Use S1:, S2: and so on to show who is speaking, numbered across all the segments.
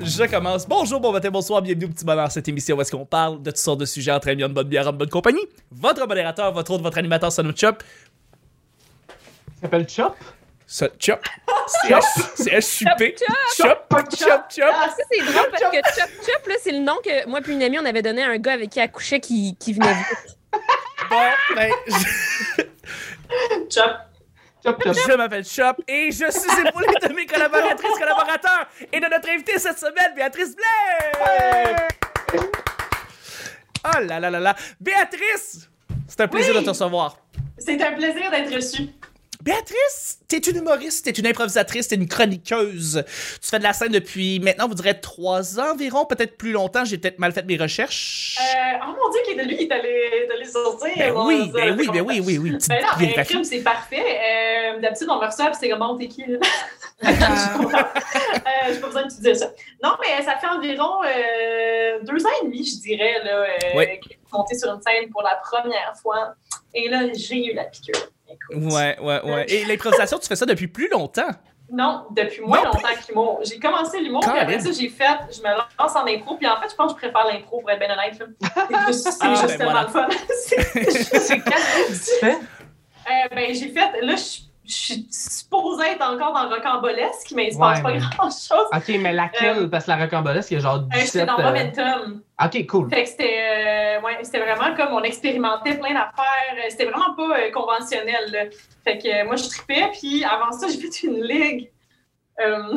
S1: Je commence. Bonjour, bon matin, bonsoir, bienvenue au petit bonheur. Cette émission où est-ce qu'on parle de toutes sortes de sujets entre amis, en bonne bière, en bonne compagnie. Votre modérateur, votre autre, votre animateur, son nom Chop.
S2: Il s'appelle Chop?
S1: Ça- Chop. C'est H- C'est H-U-P. Chop, Chop, Chop.
S3: Ah, ça, c'est drôle parce que Chop Chop, là, c'est le nom que moi puis une amie, on avait donné à un gars avec qui elle couchait qui, qui venait vite.
S1: Bon, ben, je-
S4: Chop.
S2: Chop, chop.
S1: Je m'appelle Chop et je suis épaulé de mes collaboratrices, collaborateurs et de notre invitée cette semaine, Béatrice Blais! Oh là là là là! Béatrice! C'est un plaisir
S4: Oui.
S1: de te recevoir.
S4: C'est un plaisir d'être reçu.
S1: Béatrice, t'es une humoriste, t'es une improvisatrice, t'es une chroniqueuse. Tu fais de la scène depuis maintenant, vous direz trois ans environ, peut-être plus longtemps, j'ai peut-être mal fait mes recherches.
S4: Euh, oh mon Dieu, qu'il est de lui, il est allé, il est allé sortir.
S1: ben,
S4: mon
S1: oui,
S4: Dieu,
S1: ben oui,
S4: comment
S1: ben
S4: ça-
S1: oui, oui, oui, petite
S4: Ben non, mais
S1: biographie.
S4: crime, c'est parfait. Euh, D'habitude, on me reçoit, puis c'est comme, bon, t'es qui, là? Je comprends. Euh, J'ai pas besoin de te dire ça. Non, mais ça fait environ euh, deux ans et demi, je dirais, là, euh,
S1: Ouais.
S4: que j'ai monté sur une scène pour la première fois. Et là, j'ai eu la piqûre. Écoute.
S1: Ouais, ouais, ouais. Et l'improvisation, tu fais ça depuis plus longtemps.
S4: Non, depuis moins
S1: Non.
S4: longtemps que l'humour. J'ai commencé l'humour, puis après ça, j'ai fait, je me lance en impro, puis en fait, je pense que je préfère l'impro pour être bien honnête. là. C'est juste, c'est
S1: Ah,
S4: juste
S1: ben
S4: tellement
S1: voilà.
S4: le fun. C'est juste-
S2: C'est
S4: Euh,
S2: fais?
S4: ben, j'ai fait, là, je je suis supposée être encore dans le rocambolesque, mais il se passe
S2: Ouais,
S4: pas
S2: mais-
S4: grand-chose.
S2: Ok, mais laquelle? Parce que la rocambolesque, il y a genre
S4: Euh, J'étais
S2: 17...
S4: dans
S2: euh,
S4: Momentum.
S2: Ok, cool.
S4: Fait que c'était euh, ouais, c'était vraiment comme on expérimentait plein d'affaires. Euh, C'était vraiment pas euh, conventionnel. là. Fait que euh, moi, je tripais, puis avant ça, j'ai fait une ligue. Euh,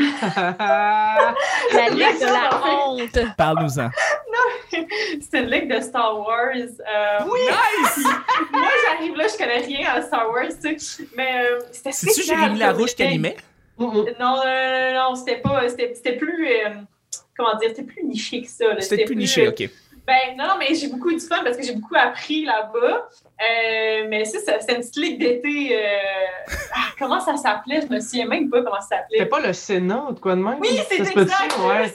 S3: La ligue de la honte.
S4: Ben,
S1: Parle-nous-en.
S4: C'était une ligue de Star Wars. Euh,
S1: Nice!
S4: Moi, j'arrive là, je connais rien à Star Wars, tu sais. Mais euh, c'était
S1: C'est-tu
S4: spécial.
S1: Jérémy Larouche qui
S4: C'était-
S1: animait?
S2: Mm, mm.
S4: Non, euh, non, c'était pas. C'était c'était plus. euh, comment dire? C'était plus niché que ça. là.
S1: C'était plus niché,
S4: euh,
S1: ok.
S4: Ben, non, non, mais j'ai beaucoup eu du fun parce que j'ai beaucoup appris là-bas. Euh, mais ça, ça- c'était une petite ligue d'été. euh, ah, comment ça s'appelait? Je me souviens même pas comment ça
S2: C'était
S4: s'appelait.
S2: pas le Sénat ou de quoi de même?
S4: Oui,
S2: Ça
S4: c'est
S2: se peut-tu?
S4: exact.
S2: Ouais.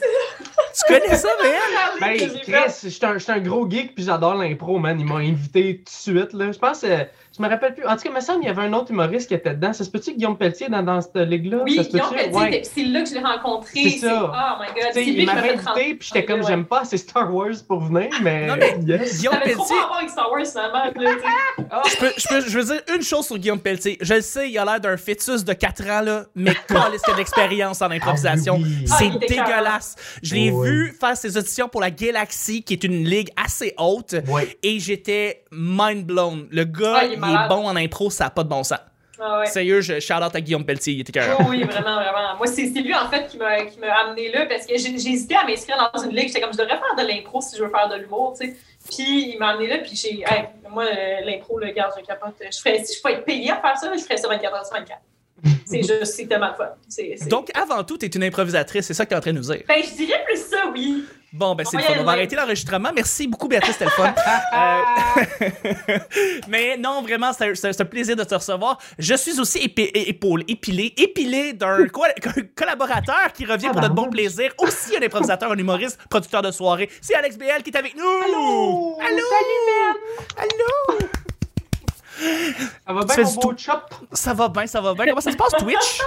S4: C'est
S1: Tu connais ça, hein? mais
S4: la
S2: Ben,
S4: ligue que j'ai faite.
S2: Chris, je suis un, j'suis un gros geek puis j'adore l'impro, man. Ils m'ont invité tout de suite, là. Je pense, euh, je me rappelle plus. En tout cas, il me semble qu'il y avait un autre humoriste qui était dedans. Ça se peut-tu que Guillaume Pelletier dans, dans cette ligue-là?
S4: Oui,
S2: ça se
S4: Guillaume
S2: peut-tu?
S4: Pelletier,
S2: Ouais.
S4: c'était- c'est là que je l'ai rencontré.
S2: C'est ça.
S4: Oh my god,
S2: Tu sais,
S4: c'est lui
S2: il
S4: qui m'a
S2: m'avait
S4: fait trente-
S2: invité, puis j'étais comme,
S4: Ouais.
S2: j'aime pas assez Star Wars pour venir, mais.
S1: Non, mais-
S2: Yes. Ah
S1: Guillaume
S4: Ça avait trop
S1: Pelletier,
S4: pas à voir avec Star Wars finalement. là, tu sais.
S1: je, peux, je, peux- je veux dire une chose sur Guillaume Pelletier. Je le sais, il a l'air d'un fœtus de 4 ans, là, mais caliste qu'il a de l'expérience en improvisation.
S2: Ah oui.
S4: Ah,
S1: C'est
S4: il était
S1: dégueulasse. Je l'ai
S2: Oui.
S1: vu faire ses auditions pour la Galaxy, qui est une ligue assez haute,
S2: Ah, Ouais.
S1: et j'étais mind blown. Le gars,
S4: Ah,
S1: il,
S4: il est
S1: est
S4: malade.
S1: bon en impro, ça n'a pas de bon sens.
S4: Ah ouais.
S1: Sérieux, je shout out à Guillaume Pelletier, il était carré.
S4: Oh oui, vraiment, vraiment. Moi, c'est c'est lui, en fait, qui m'a qui m'a amené là parce que j'ai- j'hésitais à m'inscrire dans une ligue. J'étais comme, je devrais faire de l'impro si je veux faire de l'humour, tu sais. Puis, il m'a amené là, puis j'ai. hey, moi, euh, l'impro, le garde, je capote. Je ferais, si je pouvais être payé à faire ça, je ferais ça 24 heures sur 24. C'est juste, c'est tellement le fun. C'est- c'est-
S1: Donc, avant tout, t'es une improvisatrice, c'est ça que t'es en train de nous dire.
S4: Ben, je dirais plus ça, oui.
S1: Bon, ben c'est le
S4: Oui,
S1: fun. On va
S4: oui.
S1: arrêter l'enregistrement. Merci beaucoup, Béatrice, c'était le fun.
S2: Ah,
S1: Euh, Mais non, vraiment, c'est un- c'est un c'est un plaisir de te recevoir. Je suis aussi épi- é- épaule, épilé, épilé d'un co- d'un collaborateur qui
S2: Ah,
S1: revient pour notre bon plaisir. Aussi un improvisateur, un humoriste, producteur de soirée. C'est Alex BL qui est avec nous. Allô! Allô!
S2: Ben.
S1: Allô!
S2: Ça va
S1: fais
S2: bien, mon
S1: du
S2: beau chop?
S1: Ça va bien, ça va bien. Comment ça se passe, Twitch?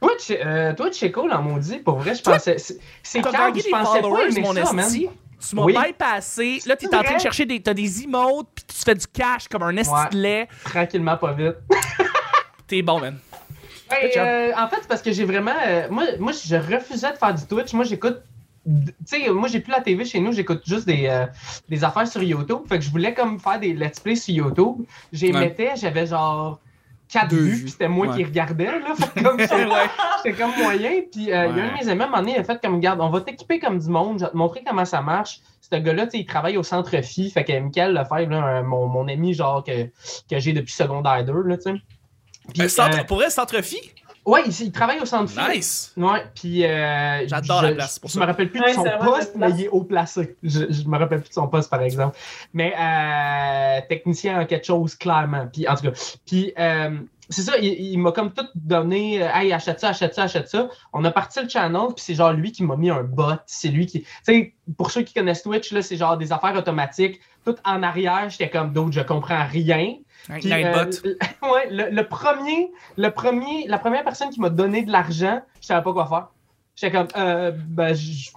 S2: Twitch, euh, Twitch, c'est cool en maudit. Pour vrai, je pensais. c'est- C'est
S1: T'as
S2: calme,
S1: gagné
S2: je
S1: des
S2: pensais pas
S1: followers,
S2: aimer
S1: mon
S2: ça, man.
S1: esti. Tu m'as
S2: Oui.
S1: bypassé. Là, t'es en
S2: vrai?
S1: train de chercher des... T'as des emotes, puis tu fais du cash comme un esti de
S2: Ouais.
S1: lait.
S2: Tranquillement, pas vite.
S1: T'es bon, man.
S2: Ben,
S1: Good job.
S2: euh, en fait, c'est parce que j'ai vraiment. euh, moi, moi, je refusais de faire du Twitch. Moi, j'écoute. Tu sais, moi, j'ai plus la TV chez nous. J'écoute juste des, euh, des affaires sur YouTube. Fait que je voulais comme faire des let's play sur YouTube. J'y
S1: Ouais.
S2: mettais, j'avais genre. 4
S1: Deux
S2: vues,
S1: vues.
S2: puis c'était moi
S1: Ouais.
S2: qui regardais, là. Fait que comme c'est- J'étais comme moyen. Puis euh, il y a un
S1: Ouais.
S2: de mes amis, à un moment donné, il a fait comme, garde, on va t'équiper comme du monde, je vais te montrer comment ça marche. Ce gars-là, tu sais, il travaille au centre Phi. Fait que Michael Lefebvre, là, un- mon, mon ami, genre, que, que j'ai depuis secondaire 2, là, tu sais. Puis,
S1: Euh, centre-
S2: euh,
S1: pour elle, Centre-Phi?
S2: ouais, il, il travaille au centre Phi.
S1: Nice!
S2: Ouais, puis. euh,
S1: J'adore
S2: je-
S1: la place, c'est pour
S2: Je
S1: ça.
S2: me rappelle plus de
S4: Ouais,
S2: son
S4: c'est vraiment
S2: poste,
S4: une
S2: mais
S4: place.
S2: il est haut placé. Je, je me rappelle plus de son poste, par exemple. Mais euh, technicien en quelque chose, clairement. Puis, en tout cas. Puis, euh, c'est ça, il, il m'a comme tout donné. euh, Hey, achète ça, achète ça, achète ça. On a parti le channel, puis c'est genre lui qui m'a mis un bot. C'est lui qui. Tu sais, pour ceux qui connaissent Twitch, là, c'est genre des affaires automatiques. Tout en arrière, j'étais comme d'autres, je comprends rien. Puis, euh,
S1: Lightbot.
S2: le- ouais, le, le premier, le premier, la première personne qui m'a donné de l'argent, je savais pas quoi faire. J'étais comme, euh, ben, je-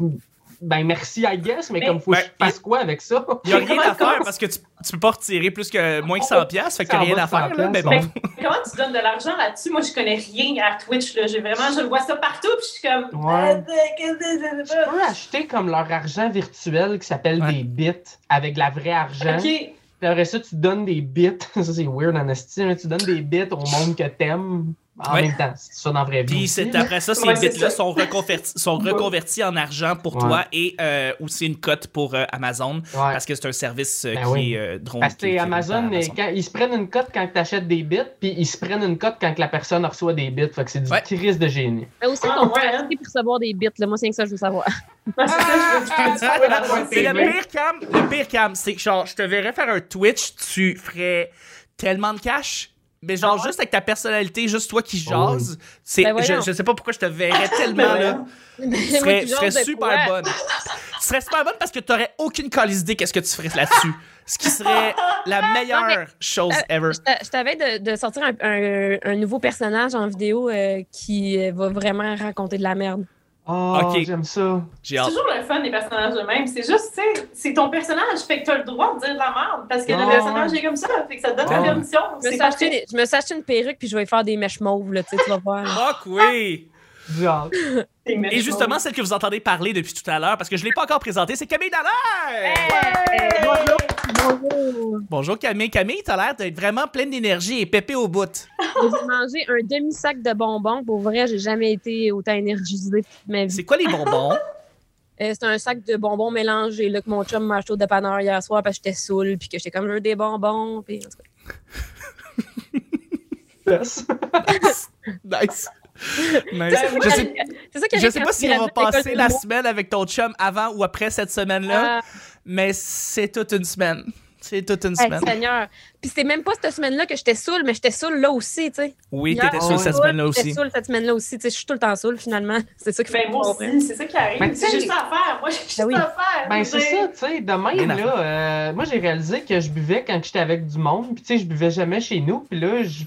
S2: ben merci, I guess, mais,
S4: Mais-
S2: comme faut que
S1: Ben,
S2: je fasse quoi avec ça?
S1: Il n'y a rien à
S4: Comment-
S1: faire parce que tu, tu peux pas retirer plus que moins que 100 pièces fait que t'as
S2: Ça
S1: rien
S2: va,
S1: à faire
S2: 100
S1: là, mais
S2: piastres,
S1: bon.
S2: bon.
S4: Mais comment tu donnes de l'argent là-dessus? Moi, je connais rien à Twitch. Là. J'ai vraiment, je le vois ça partout, puis je suis comme.
S2: Ouais.
S4: euh, qu'est-ce que c'est,
S2: Je peux acheter comme leur argent virtuel qui s'appelle
S1: Ouais.
S2: des bits avec de la vraie argent.
S4: Ok.
S2: Puis après ça, tu donnes des bits. Ça, c'est weird en esti, hein. Tu donnes des bits au monde que t'aimes en
S1: Ouais.
S2: même temps. C'est ça dans la vraie vie.
S1: Puis
S2: aussi,
S1: c'est-
S2: là.
S1: après ça, ces
S4: Ouais, c'est
S1: bits-là
S4: ça.
S1: sont, reconvertis, sont reconvertis en argent pour
S2: Ouais.
S1: toi et euh, aussi une cote pour euh, Amazon
S2: Ouais.
S1: parce que c'est un service euh,
S2: Ben
S1: qui
S2: oui.
S1: est euh, drone.
S2: Parce
S1: qui- qui
S2: que
S1: est
S2: Amazon,
S1: par
S2: quand, ils se prennent une cote quand tu achètes des bits, puis ils se prennent une cote quand que la personne reçoit des bits. Fait que c'est du
S1: Ouais.
S2: crise de génie.
S3: Mais aussi,
S4: Ah,
S3: qu'on peut
S4: ouais, hein?
S3: acheter pour recevoir des bits. Là. Moi, c'est que ça, je veux savoir.
S4: Parce que là, je veux-
S1: Ah!
S4: je veux- je veux- je veux-
S1: C'est le
S2: vrai.
S1: pire cam, le pire cam, c'est que genre, je te verrais faire un Twitch, tu ferais tellement de cash, mais genre juste avec ta personnalité, juste toi qui
S2: Oh oui.
S1: jase, c'est,
S3: Ah Ben
S1: je,
S3: voyons. Ben
S1: je sais pas pourquoi je te verrais tellement là. Tu serais, tu serais super bonne. Tu serais super bonne parce que t'aurais aucune calice idée qu'est-ce que tu ferais là-dessus. Ce qui serait la meilleure
S3: mais-
S1: chose
S3: Euh,
S1: ever.
S3: Je t'a- je t'avais de, de sortir un, un- un nouveau personnage en vidéo euh, qui euh, va vraiment raconter de la merde.
S2: Oh,
S1: Ok.
S2: j'aime ça.
S1: J'ai
S4: C'est
S1: hâte.
S4: toujours le fun des personnages eux-mêmes. C'est juste, tu sais, c'est ton personnage, fait que t'as le droit de dire de la merde. Parce que
S2: Ah,
S4: le personnage est comme ça, fait que ça te donne la
S2: Ouais.
S4: permission.
S3: Je me,
S4: C'est
S3: suis acheté,
S4: parfait.
S3: des- je me suis acheté une perruque puis je vais faire des mèches mauves, là, tu sais, tu vas voir. là.
S1: Fuck oui!
S2: Genre.
S1: Et justement,
S4: Ben,
S1: celle que vous entendez parler depuis tout à l'heure, parce que je l'ai pas encore présentée, c'est Camille Dallaire!
S2: Bonjour.
S3: Bonjour.
S1: Bonjour Camille. Camille, t'as l'air d'être vraiment pleine d'énergie et pépée au bout.
S3: J'ai mangé un demi-sac de bonbons. Pour vrai, j'ai jamais été autant énergisée de toute ma vie.
S1: C'est quoi les bonbons?
S3: Euh, C'est un sac de bonbons mélangés là, que mon chum m'a acheté au dépanneur hier soir parce que j'étais saoule puis que j'étais comme je veux des bonbons. Puis, en tout cas.
S2: Yes.
S1: nice. Nice.
S4: C'est
S1: Je sais,
S3: C'est ça que
S1: je sais pas si on va passer la
S3: semaine.
S1: semaine avec ton chum avant ou après cette
S3: Ah.
S1: semaine-là, mais c'est toute une semaine. C'est toute une
S3: Hey,
S1: semaine.
S3: Seigneur. Puis c'était même pas cette semaine-là que j'étais saoule, mais j'étais saoule là aussi, tu sais.
S1: Oui,
S3: Hier,
S1: t'étais saoul
S2: ouais.
S1: cette semaine-là
S3: J'étais
S1: aussi.
S3: saoule cette semaine-là aussi, tu sais. Je suis tout le temps saoule, finalement. C'est ça qui fait
S4: Ben, moi
S3: que je
S4: aussi, c'est ça qui arrive.
S2: Ben,
S4: c'est
S2: tu sais-
S4: juste ça à faire. Moi, j'ai juste
S3: Ben oui.
S4: ça à faire.
S2: Ben, c'est ça, tu sais. De même,
S1: Rien à
S2: là, euh, moi, j'ai réalisé que je buvais quand j'étais avec du monde. Puis, tu sais, je buvais jamais chez nous. Puis là, je-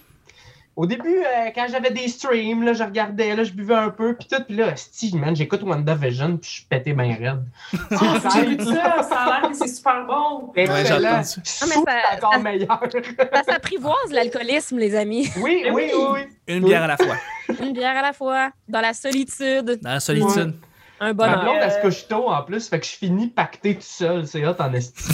S2: au début, euh, quand j'avais des streams, là, je regardais, là, je buvais un peu. Puis tout. Puis là, esti, man, j'écoute WandaVision. Puis je suis pété ben raide.
S4: Ah, j'ai vu ça, ça a l'air que c'est super bon.
S1: Ouais, j'ai
S2: Excellent.
S1: entendu.
S2: Je
S3: mais
S2: trouve que
S3: ça-
S2: c'est encore
S3: ça-
S2: meilleur.
S3: comprends. Ça s'apprivoise l'alcoolisme, les amis.
S2: oui, oui,
S4: Mais
S2: oui,
S4: oui.
S2: oui.
S1: Une bière à la fois,
S3: Une bière à la fois, dans la solitude,
S1: dans la solitude.
S3: un
S2: Ma
S3: bonheur.
S2: blonde,
S4: euh,
S2: elle se couche tôt en plus, fait que je finis pacté tout seul, c'est hot en esti.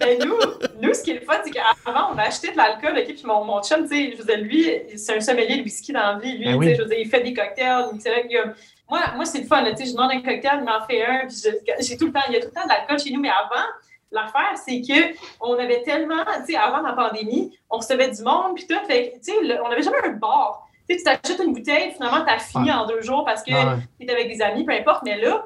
S4: Mais nous, nous, ce qui est le fun, c'est qu'avant, on achetait de l'alcool, OK, puis mon, mon chum, tu sais, je veux dire, lui, c'est un sommelier de whisky dans la vie. Lui,
S2: Ben oui.
S4: tu sais, je veux dire, il fait des cocktails, il mixologue, il a- Moi, moi c'est le fun, là, tu sais, je demande un cocktail, il m'en fait un, puis je- j'ai tout le temps, il y a tout le temps de l'alcool chez nous, mais avant, l'affaire, c'est que on avait tellement, tu sais, avant la pandémie, on recevait du monde, puis tout, fait que, tu sais, le- on n'avait jamais un bar. Tu sais, tu t'achètes une bouteille, finalement, t'as fini
S2: Ouais.
S4: en deux jours parce que
S2: Ouais.
S4: t'es avec des amis, peu importe, mais là,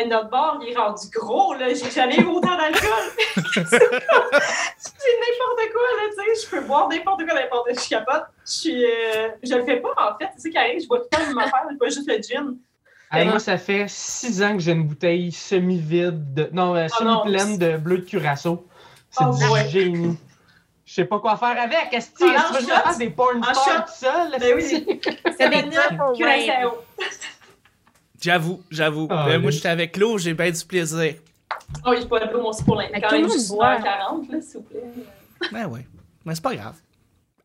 S4: euh, notre bar, il est rendu gros, là. J'ai jamais eu autant d'alcool. C'est comme- c'est n'importe quoi, là, tu sais. Je peux boire n'importe quoi, n'importe quoi. Je capote. Je suis... euh, je le fais pas, en fait. C'est ça qui arrive. Je bois tout le temps la même affaire. Je bois juste le gin.
S2: Hey, moi, ça fait six ans que j'ai une bouteille semi-vide, de... non, euh,
S4: Oh non.
S2: semi-pleine de bleu de curaçao. C'est
S4: Oh,
S2: du
S4: ouais.
S2: génie. Je sais pas quoi faire avec. Est-ce que tu
S4: En
S2: est-ce que je vais
S4: shot.
S2: faire des porn
S4: En
S2: stars
S4: shot.
S2: tout seul?
S4: Ben
S2: esti?
S4: oui.
S3: C'est
S4: C'est
S3: des
S4: maintenant
S3: purple rain.
S4: curaçao.
S1: J'avoue, j'avoue.
S2: Ah,
S1: Ben,
S2: oui.
S1: moi, j'étais avec l'eau, j'ai bien du plaisir.
S4: Oh, oui, je bois de l'eau, mon aussi pour l'instant.
S3: Mais
S4: Quand
S3: tout le
S4: même,
S3: monde
S4: juste
S3: boit.
S4: 1h40, là, s'il vous plaît.
S1: Ben oui. Mais c'est pas grave.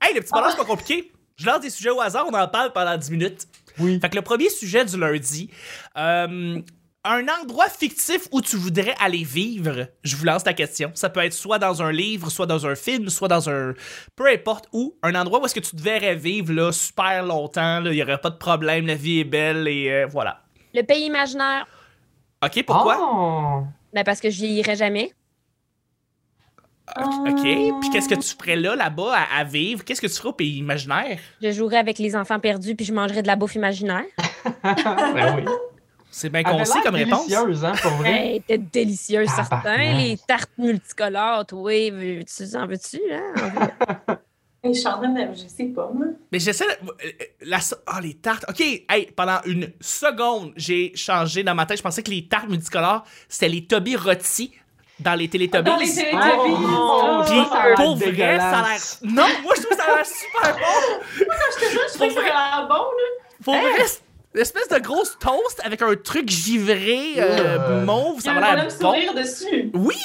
S1: Hey, le petit bonheur, c'est pas compliqué. Je lance des sujets au hasard, on en parle pendant 10 minutes.
S2: Oui.
S1: Fait que le premier sujet du lundi, euh, un endroit fictif où tu voudrais aller vivre, je vous lance la question. Ça peut être soit dans un livre, soit dans un film, soit dans un... Peu importe où, un endroit où est-ce que tu te verrais vivre là, super longtemps, là, il y aurait pas de problème, la vie est belle et euh, voilà.
S3: Le pays imaginaire,
S1: OK, pourquoi?
S2: Oh!
S3: ben, parce que j'y irai jamais.
S1: OK, OK. puis qu'est-ce que tu ferais là, là-bas, à, à vivre? Qu'est-ce que tu ferais au pays imaginaire?
S3: Je jouerai avec les enfants perdus puis je mangerai de la bouffe imaginaire.
S2: ben oui.
S1: C'est bien
S2: Elle avait
S1: concis
S2: Ah, l'air
S1: comme réponse.
S2: délicieuse, hein, pour vrai.
S3: Hey, C'était délicieux,
S2: Ah,
S3: certain.
S2: pardon.
S3: Les tartes multicolores, toi, veux- tu en veux-tu, hein? là?
S4: Et je suis en train de... Je sais pas, moi.
S1: Mais j'essaie. de- euh, La... so- Ah, les tartes. OK, hey, pendant une seconde, j'ai changé dans ma tête. Je pensais que les tartes multicolores, c'était les Toby rôtis dans les Teletubbies.
S4: Dans les
S2: Oh,
S4: Teletubbies.
S2: mon
S4: Oh,
S1: Puis,
S2: Dieu, ça a l'air
S1: pour vrai, ça a l'air.
S2: dégueulasse.
S1: Non, moi, je trouve que ça a l'air super bon.
S4: Je te jure, je trouve que ça a l'air bon, là.
S1: Pour vrai, c'est- L'espèce de grosse toast avec un truc givré euh,
S2: Euh.
S1: mauve, ça
S4: Il y
S1: va
S4: a un
S1: l'air
S4: bonhomme
S1: bon.
S4: sourire dessus.
S1: Oui!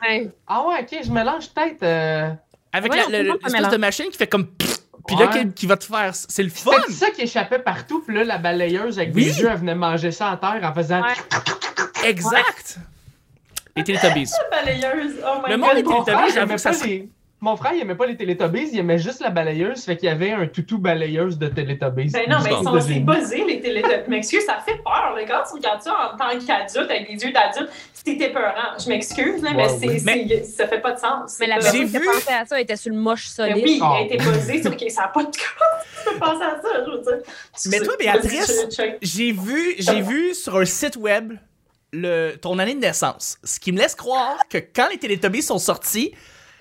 S3: Ouais.
S2: Ah ouais, ok, je mélange peut-être. euh,
S1: Avec
S3: Ouais,
S1: la-
S3: on
S1: le-
S3: comprend pas
S1: l'espèce
S3: mélange.
S1: de machine qui fait comme. pfff, Puis là,
S2: Ouais.
S1: qui, qui va te faire. C'est le fun!
S2: C'est ça qui échappait partout, puis là, la balayeuse avec
S1: Oui.
S2: des yeux, elle venait manger ça en terre en faisant.
S3: Ouais.
S1: Exact! Les Teletubbies.
S4: La balayeuse. Oh my
S1: Le
S4: god.
S1: monde est
S4: bon.
S1: Teletubbies,
S2: frère, il
S1: j'avoue
S2: aimait
S1: que ça
S2: pas
S1: serait-
S2: les- Mon frère, il aimait pas les Teletubbies, il aimait juste la balayeuse, fait qu'il y avait un toutou balayeuse de Teletubbies.
S4: Ben non, mais ils sont
S2: De
S4: assez
S2: génie.
S4: buzzés, les Teletubbies. Je m'excuse, ça fait peur. Là. Quand tu regardes ça en tant qu'adulte, avec des yeux d'adulte, c'est épeurant. Je m'excuse, là, mais,
S2: Ouais,
S4: c'est
S2: oui.
S4: c'est- ça fait pas de sens.
S3: Mais la
S4: C'est pas-
S1: J'ai
S3: personne qui a
S1: vu-
S3: pensé à ça était sur le moche
S4: Ben
S3: solide.
S4: oui,
S2: Oh.
S4: elle a été buzzée sur que ça n'a pas de quoi. Tu peux penser à ça, je veux dire.
S1: Mais toi, Béatrice, J'ai vu, j'ai vu sur un site web le, ton année de naissance. Ce qui me laisse croire que quand les Teletubbies sont sortis,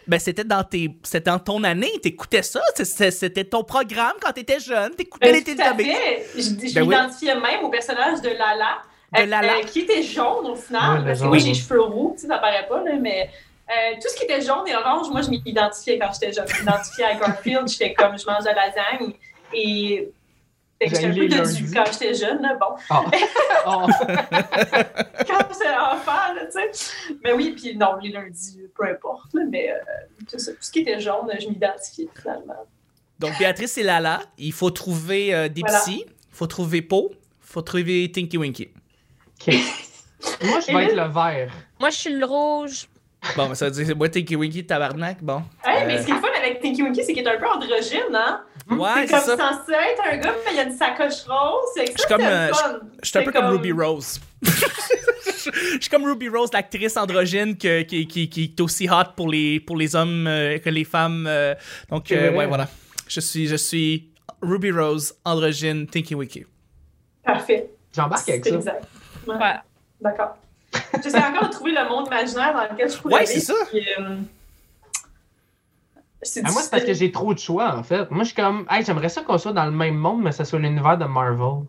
S1: ben c'était dans tes c'était dans ton année, t'écoutais ça, c'est- c'est- c'était ton programme quand t'étais jeune, t'écoutais
S4: Ben,
S1: les
S4: tout à
S1: Teletubbies.
S4: fait. Je, je
S1: Ben oui.
S4: m'identifiais même au personnage de Lala,
S1: De
S4: euh,
S1: Lala.
S4: euh, qui était jaune au
S2: Ouais,
S4: final.
S2: le
S4: parce que
S2: jaune.
S4: moi, j'ai les cheveux roux, tu sais, ça paraît pas, là, mais euh, tout ce qui était jaune et orange, moi, je m'identifiais quand j'étais jeune. Je m'identifiais à Garfield, j'étais comme, je mange de la lasagne. Et fait que j'étais un
S2: J'aime
S4: peu
S2: les
S4: de
S2: lundis.
S4: du quand j'étais jeune, là, bon.
S2: Ah. Ah.
S4: Quand j'étais enfant, là, tu sais. Mais oui, puis non, les lundis, peu importe, là, mais euh, tout, ça, tout ce qui était jaune, je m'identifiais finalement.
S1: Donc Béatrice et Lala, il faut trouver euh, des
S4: Voilà.
S1: psys, il faut trouver Po, il faut trouver Tinky Winky.
S2: Ok. Moi, je vais être le vert.
S3: Moi, je suis le rouge.
S1: Bon, ben, ça veut dire c'est moi Tinky Winky tabarnak, bon.
S4: Hey,
S1: Euh.
S4: mais ce qui est le fun avec Tinky Winky, c'est qu'il est un peu androgyne, hein?
S1: Ouais,
S4: c'est
S1: Ah, c'est
S4: comme
S1: ça.
S4: censé être un gars, mais il a une sacoche rose. C'est que
S1: Je suis
S4: ça,
S1: comme,
S4: c'est le
S1: euh,
S4: fun.
S1: Je suis un
S4: C'est
S1: peu comme, Ruby Rose. Je suis comme Ruby Rose, l'actrice androgyne que- qui, qui, qui est aussi hot pour les, pour les hommes euh, que les femmes. euh, donc,
S2: C'est
S1: euh,
S2: vrai.
S1: ouais, voilà. Je suis, je suis Ruby Rose, androgyne, Tinky Winky.
S4: Parfait.
S2: J'embarque avec
S4: C'est
S2: ça.
S4: exact. Ouais.
S3: Ouais.
S4: D'accord. J'essaie encore de trouver le monde imaginaire dans lequel je pourrais
S1: Ouais,
S4: vivre,
S1: c'est ça.
S4: puis, euh, c'est
S2: Ah, moi, c'est parce que
S4: difficile.
S2: j'ai trop de choix, en fait. Moi, je suis comme, hey, j'aimerais ça qu'on soit dans le même monde, mais ça soit l'univers de Marvel.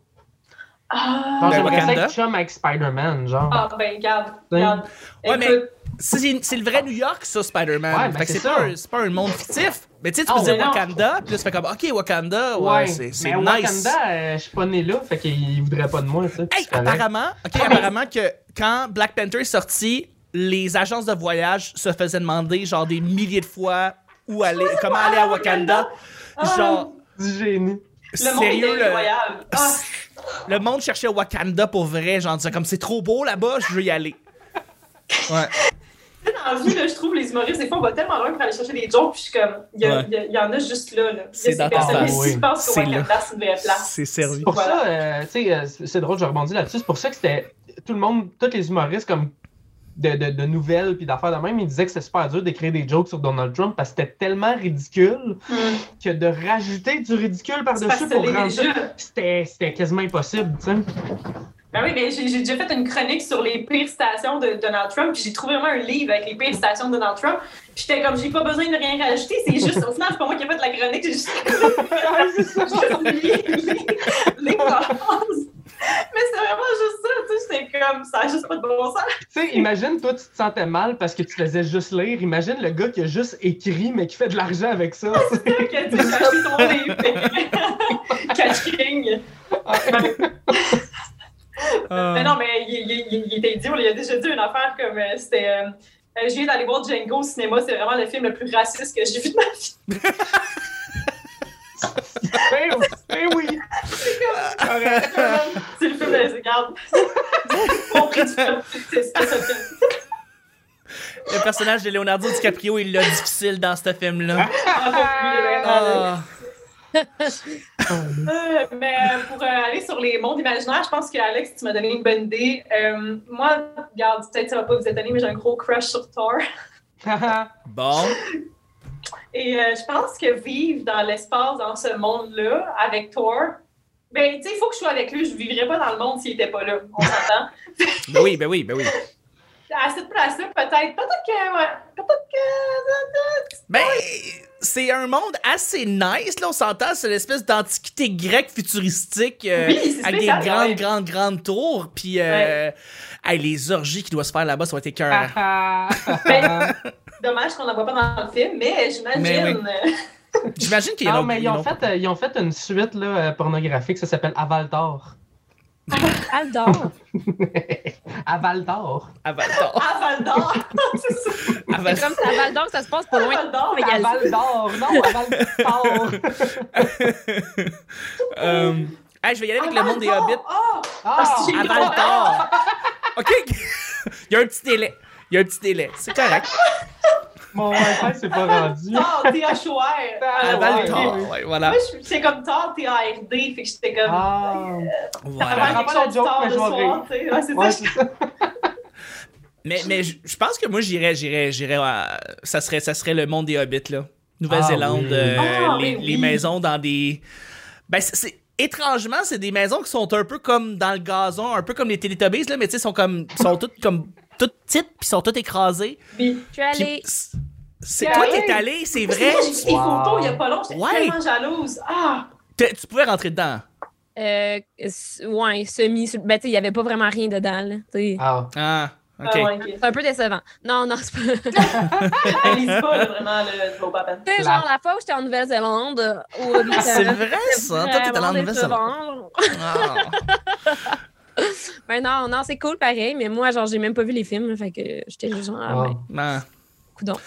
S4: Ah,
S2: Genre,
S1: Ben,
S2: j'aimerais ça
S1: Wakanda.
S2: être chum avec Spider-Man, genre.
S4: ah, ben, regarde. regarde.
S1: Ouais, mais-
S4: Écoute,
S1: C'est c'est le vrai New York, ça, Spider-Man.
S2: Ouais, ben,
S1: Fait que
S2: c'est
S1: c'est pas,
S2: ça.
S1: un- c'est pas un monde fictif. Mais tu sais, tu
S2: Ah,
S1: peux dire
S4: ouais, non.
S1: Wakanda, puis là, tu fais comme, OK, Wakanda, ouais, c'est c'est
S2: mais
S1: nice.
S2: Wakanda, euh, je suis pas né là, fait qu'il voudrait pas de moi, tu sais.
S1: Hey,
S2: C'est correct. Ah,
S1: apparemment, ok,
S4: mais-
S1: apparemment que quand Black Panther est sorti, les agences de voyage se faisaient demander genre des milliers de fois où aller, comment aller à Wakanda.
S4: Ah,
S1: Genre,
S2: Du génie.
S4: le monde
S1: sérieux,
S4: est
S1: le,
S4: incroyable. Ah,
S1: le monde cherchait Wakanda pour vrai, genre disait comme c'est trop beau là-bas, je veux y aller. Ouais.
S4: tu sais, dans la vie, là, je trouve les humoristes, des fois, on va tellement loin pour aller chercher des jokes, puis je suis comme, il y, a-
S1: Ouais.
S4: il y a- il y en a juste là. là.
S1: C'est
S4: Il y
S1: dans
S4: a ces
S1: ta
S4: personnes-là,
S2: face.
S4: si je pense
S1: C'est
S4: qu'au Wakanda, c'est une vraie place.
S1: C'est sérieux.
S2: Pour
S4: Voilà.
S2: ça, euh, tu sais, euh, c'est- c'est drôle, je rebondis là-dessus. C'est pour ça que c'était tout le monde, tous les humoristes comme de, de- de nouvelles puis d'affaires de même, ils disaient que c'était super dur d'écrire des jokes sur Donald Trump parce que c'était tellement ridicule
S4: Hum.
S2: que de rajouter du ridicule
S4: C'est
S2: par-dessus
S4: parce que
S2: pour
S4: les
S2: rendre ça,
S4: jeux.
S2: c'était c'était quasiment impossible, tu sais.
S4: Ben oui, mais j'ai j'ai déjà fait une chronique sur les pires stations de Donald Trump, puis j'ai trouvé vraiment un livre avec les pires stations de Donald Trump. Puis j'étais comme, j'ai pas besoin de rien rajouter, c'est juste, au final, c'est pas moi qui ai fait la chronique, j'ai juste, juste oublié les- les phrases. Mais c'est vraiment juste ça, tu sais, j'étais comme, ça a juste pas de bon sens.
S2: Tu sais, imagine, toi, tu te sentais mal parce que tu faisais juste lire. Imagine le gars qui a juste écrit, mais qui fait de l'argent avec ça. tu sais.
S4: que tu as acheté ton livre. Catch King.
S2: Ah, ben,
S1: Euh, Ah.
S4: Mais non, mais il, il- il- il était idiot. là. Il a déjà dit une affaire comme euh, c'était. euh, euh, je viens d'aller voir Django au cinéma, c'est vraiment le film le plus raciste que j'ai vu de ma vie.
S2: ben, oui, ben oui!
S4: Euh,
S2: Correct.
S4: C'est le film de la garde. Bon prix du film. C'est c'est ça, le film.
S1: le personnage de Leonardo DiCaprio, il l'a difficile dans ce film-là.
S4: Ah, bon, lui, il est vraiment, là.
S1: Ah.
S4: Euh, mais euh, pour euh, aller sur les mondes imaginaires, je pense que Alex, tu m'as donné une bonne idée. Euh, moi, regarde, peut-être ça va pas vous étonner, mais j'ai un gros crush sur Thor.
S1: Bon.
S4: Et euh, je pense que vivre dans l'espace, dans ce monde-là, avec Thor, ben, tu sais, il faut que je sois avec lui. Je vivrais pas dans le monde s'il était pas là. On s'entend.
S1: Ben oui, ben oui, ben oui.
S4: À cette place-là, peut-être. Peut-être que. ouais, peut-être que.
S1: Ben, c'est un monde assez nice, là, on s'entend, c'est l'espèce d'antiquité grecque futuristique euh,
S4: Oui, c'est
S1: avec des
S4: spécial,
S1: grandes,
S4: ouais.
S1: grandes, grandes tours. Puis, euh, hey, les orgies qui doivent se faire là-bas, ça va être
S3: Ah,
S1: écœurant.
S4: Ben, dommage qu'on n'en voit pas dans le film, mais
S1: Mais
S4: j'imagine.
S1: J'imagine qu'il y a
S2: Non,
S1: une
S2: Ah, mais ils
S1: autre-
S2: ont,
S1: une autre-
S2: fait, euh, ils ont fait une suite là, euh, pornographique, ça s'appelle Avaltar.
S3: Elle dort.
S2: à Val d'Or.
S1: À Val d'Or.
S4: Ah, Val d'Or! c'est ça.
S1: À Val-
S3: C'est comme ça, Val d'Or, ça se passe pas loin.
S4: Val d'Or,
S3: Mais il y
S2: À
S3: a le-
S2: Val d'Or, non, à Val d'Or.
S1: Euh, hey, je vais y aller avec le monde des hobbits.
S4: Oh!
S2: Ah,
S4: si.
S1: À
S4: Ah.
S1: Val d'Or. OK? Il y a un petit délai. Il y a un petit délai. C'est correct.
S2: mon Wi-Fi s'est pas rendu.
S4: Tard, T-H-O-R!
S1: À
S2: Ah,
S1: Val
S2: ouais.
S1: d'Or. Ouais, voilà.
S4: Moi, je suis- c'est comme tard, T-A-R-D, fait que j'étais comme.
S2: Ah,
S1: voilà.
S2: prend pas la joke, mais je vais rire.
S4: tu sais. Ouais, c'est
S2: ouais,
S4: ça.
S2: c'est ça.
S1: Mais, mais je je pense que moi, j'irais, j'irais, j'irais. à- Ça serait, ça serait le monde des hobbits, là. Nouvelle-Zélande,
S2: Ah oui.
S1: euh,
S4: Ah,
S1: les,
S4: mais
S1: les
S4: oui.
S1: maisons dans des. Ben, c'est, c'est- étrangement, c'est des maisons qui sont un peu comme dans le gazon, un peu comme les Teletubbies, là, mais tu sais, sont comme. sont toutes comme. toutes petites, puis sont toutes écrasées.
S3: Je
S4: Puis,
S3: suis
S1: Puis
S3: allée.
S1: c'est- c'est, toi, t'es allé, c'est
S4: parce que
S1: vrai.
S4: moi, j'ai vu les
S2: Wow.
S4: photos il y a pas longtemps, j'étais
S1: Ouais.
S4: tellement jalouse. Ah!
S1: T'es- tu pouvais rentrer dedans.
S3: Euh, s- ouais, semi. sur- Ben, tu sais, il n'y avait pas vraiment rien dedans, là. tu sais.
S2: Ah,
S1: Ah, ok.
S4: Ah, ouais, ok.
S3: C'est un peu décevant. Non, non, c'est pas.
S4: Analyse pas là, vraiment le Globe Appen.
S3: Tu sais,
S2: La-
S3: genre, la fois où j'étais en Nouvelle-Zélande, euh, au Hobbiton,
S1: Ah, C'est vrai, ça. Toi, t'es allé en
S3: vraiment
S1: Nouvelle-Zélande.
S3: décevant.
S1: Ah.
S3: Ben non, non, c'est cool pareil, mais moi, genre, j'ai même pas vu les films, fait que j'étais juste genre, ah,
S2: Ah.
S3: ben,
S1: Ah.
S3: coudonc.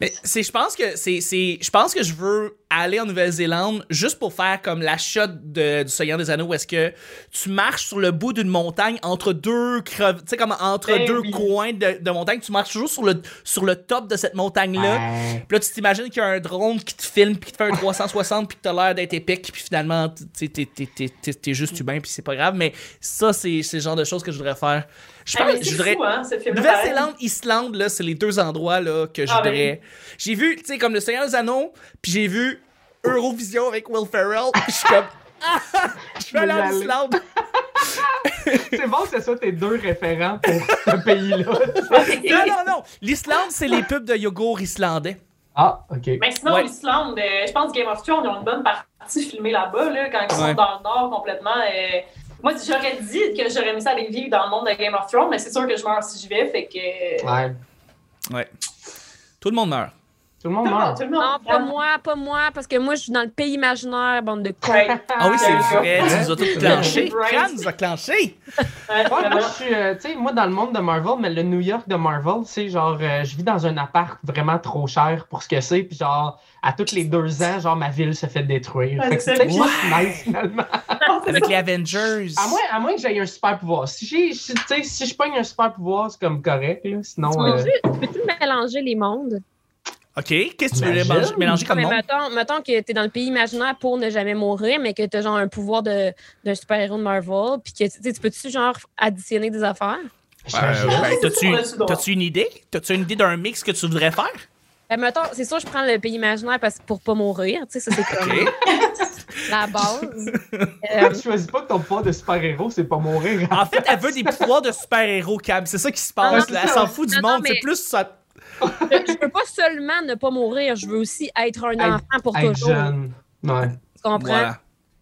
S1: Mais c'est, je pense que c'est, c'est- je pense que je veux aller en Nouvelle-Zélande juste pour faire comme la shot de, du Seigneur des Anneaux, où est-ce que tu marches sur le bout d'une montagne entre deux crev- tu sais comme entre
S4: Ben
S1: deux
S4: oui.
S1: coins de, de montagne, tu marches toujours sur le sur le top de cette
S2: Ah.
S1: montagne là.
S2: Ouais.
S1: Puis là, tu t'imagines qu'il y a un drone qui te filme, puis qui te fait un 360, puis que t'as l'air d'être épique, puis finalement, tu sais, t'es, t'es- t'es- t'es- t'es juste humain, puis c'est pas grave. Mais ça, c'est, c'est le genre de choses que je voudrais faire. Je
S4: Ah,
S1: pense-
S4: mais
S1: je
S4: c'est
S1: voudrais-
S4: fou, hein, ce film
S1: Nouvelle-Zélande, Islande, là, c'est les deux endroits là, que je
S4: Ah,
S1: voudrais. J'ai vu, tu sais, comme Le Seigneur des Anneaux, puis j'ai vu Eurovision avec Will Ferrell, puis je suis comme. Ah, je vais aller en
S2: Je vais y
S1: Islande.
S2: C'est bon, c'est ça tes deux référents pour ce pays-là.
S1: Non, non, non. L'Islande, c'est les pubs de yogourt islandais.
S2: Ah, ok.
S4: Mais sinon,
S1: Ouais.
S4: l'Islande, euh, je pense que Game of Thrones, ils ont une bonne partie filmée là-bas, là, quand ils
S1: Ouais.
S4: sont dans le nord complètement. euh, moi, j'aurais dit que j'aurais mis ça aller vivre dans le monde de Game of Thrones, mais c'est sûr que je meurs si j'y vais, fait que.
S2: Ouais.
S1: Ouais. Tout le monde meurt.
S2: Tout le monde
S4: Tout le monde,
S2: meurt.
S4: tout le
S3: Non,
S4: monde.
S3: pas moi, pas moi, parce que moi, je suis dans le pays imaginaire, bande de cons.
S4: Ouais,
S1: Ah oui, c'est vrai. Tu nous as tout clenché.
S4: Right.
S1: Cran nous a clenché.
S4: ouais,
S2: Ouais, moi,
S4: vraiment.
S2: je suis, euh, tu sais, moi, dans le monde de Marvel, mais le New York de Marvel, c'est genre, euh, je vis dans un appart vraiment trop cher pour ce que c'est, puis genre, à tous les deux ans, genre, ma ville se fait détruire.
S4: Ouais,
S2: Fait que
S4: c'est
S2: c'est peut-être
S4: ça.
S2: juste nice, finalement.
S1: Avec les Avengers.
S4: Ah,
S2: À moins, à moins que j'aie un super pouvoir. Si j'ai, si, tu sais, si je pogne un super pouvoir, c'est comme correct, là. Sinon,
S1: Ah
S3: Tu
S2: euh,
S3: peux-tu- Peux-tu mélanger les mondes?
S1: OK. Qu'est-ce que tu veux
S2: Imagine.
S1: mélanger- mélanger comme
S3: Mais
S1: monde?
S3: Ben, mettons, mettons que t'es dans le pays imaginaire pour ne jamais mourir, mais que t'as genre un pouvoir de- d'un super-héros de Marvel, puis que tu sais, tu peux-tu genre additionner des affaires?
S2: j'imagine.
S1: Euh, ben,
S4: C'est
S1: t'as-tu,
S4: pour le sud-ouest.
S1: t'as-tu une idée? T'as-tu une idée d'un mix que tu voudrais faire?
S3: Ben, mettons, c'est sûr, je prends le pays imaginaire parce pour pas mourir, tu sais, ça c'est comme
S1: OK.
S3: la base.
S2: Quand
S3: Euh,
S2: tu choisis pas que ton pouvoir de super-héros, c'est pas mourir.
S1: En fait, elle veut des pouvoirs de super-héros, Cam. C'est ça qui se
S3: Ah,
S1: passe.
S2: non,
S1: là. elle
S2: c'est ça.
S1: s'en fout du
S3: Non, non,
S1: monde.
S3: mais-
S1: C'est plus ça.
S3: je, je veux pas seulement ne pas mourir, je veux aussi être un
S2: Être-
S3: enfant pour
S2: Être
S3: toujours.
S2: jeune. Ouais,
S3: Tu comprends?
S1: Voilà.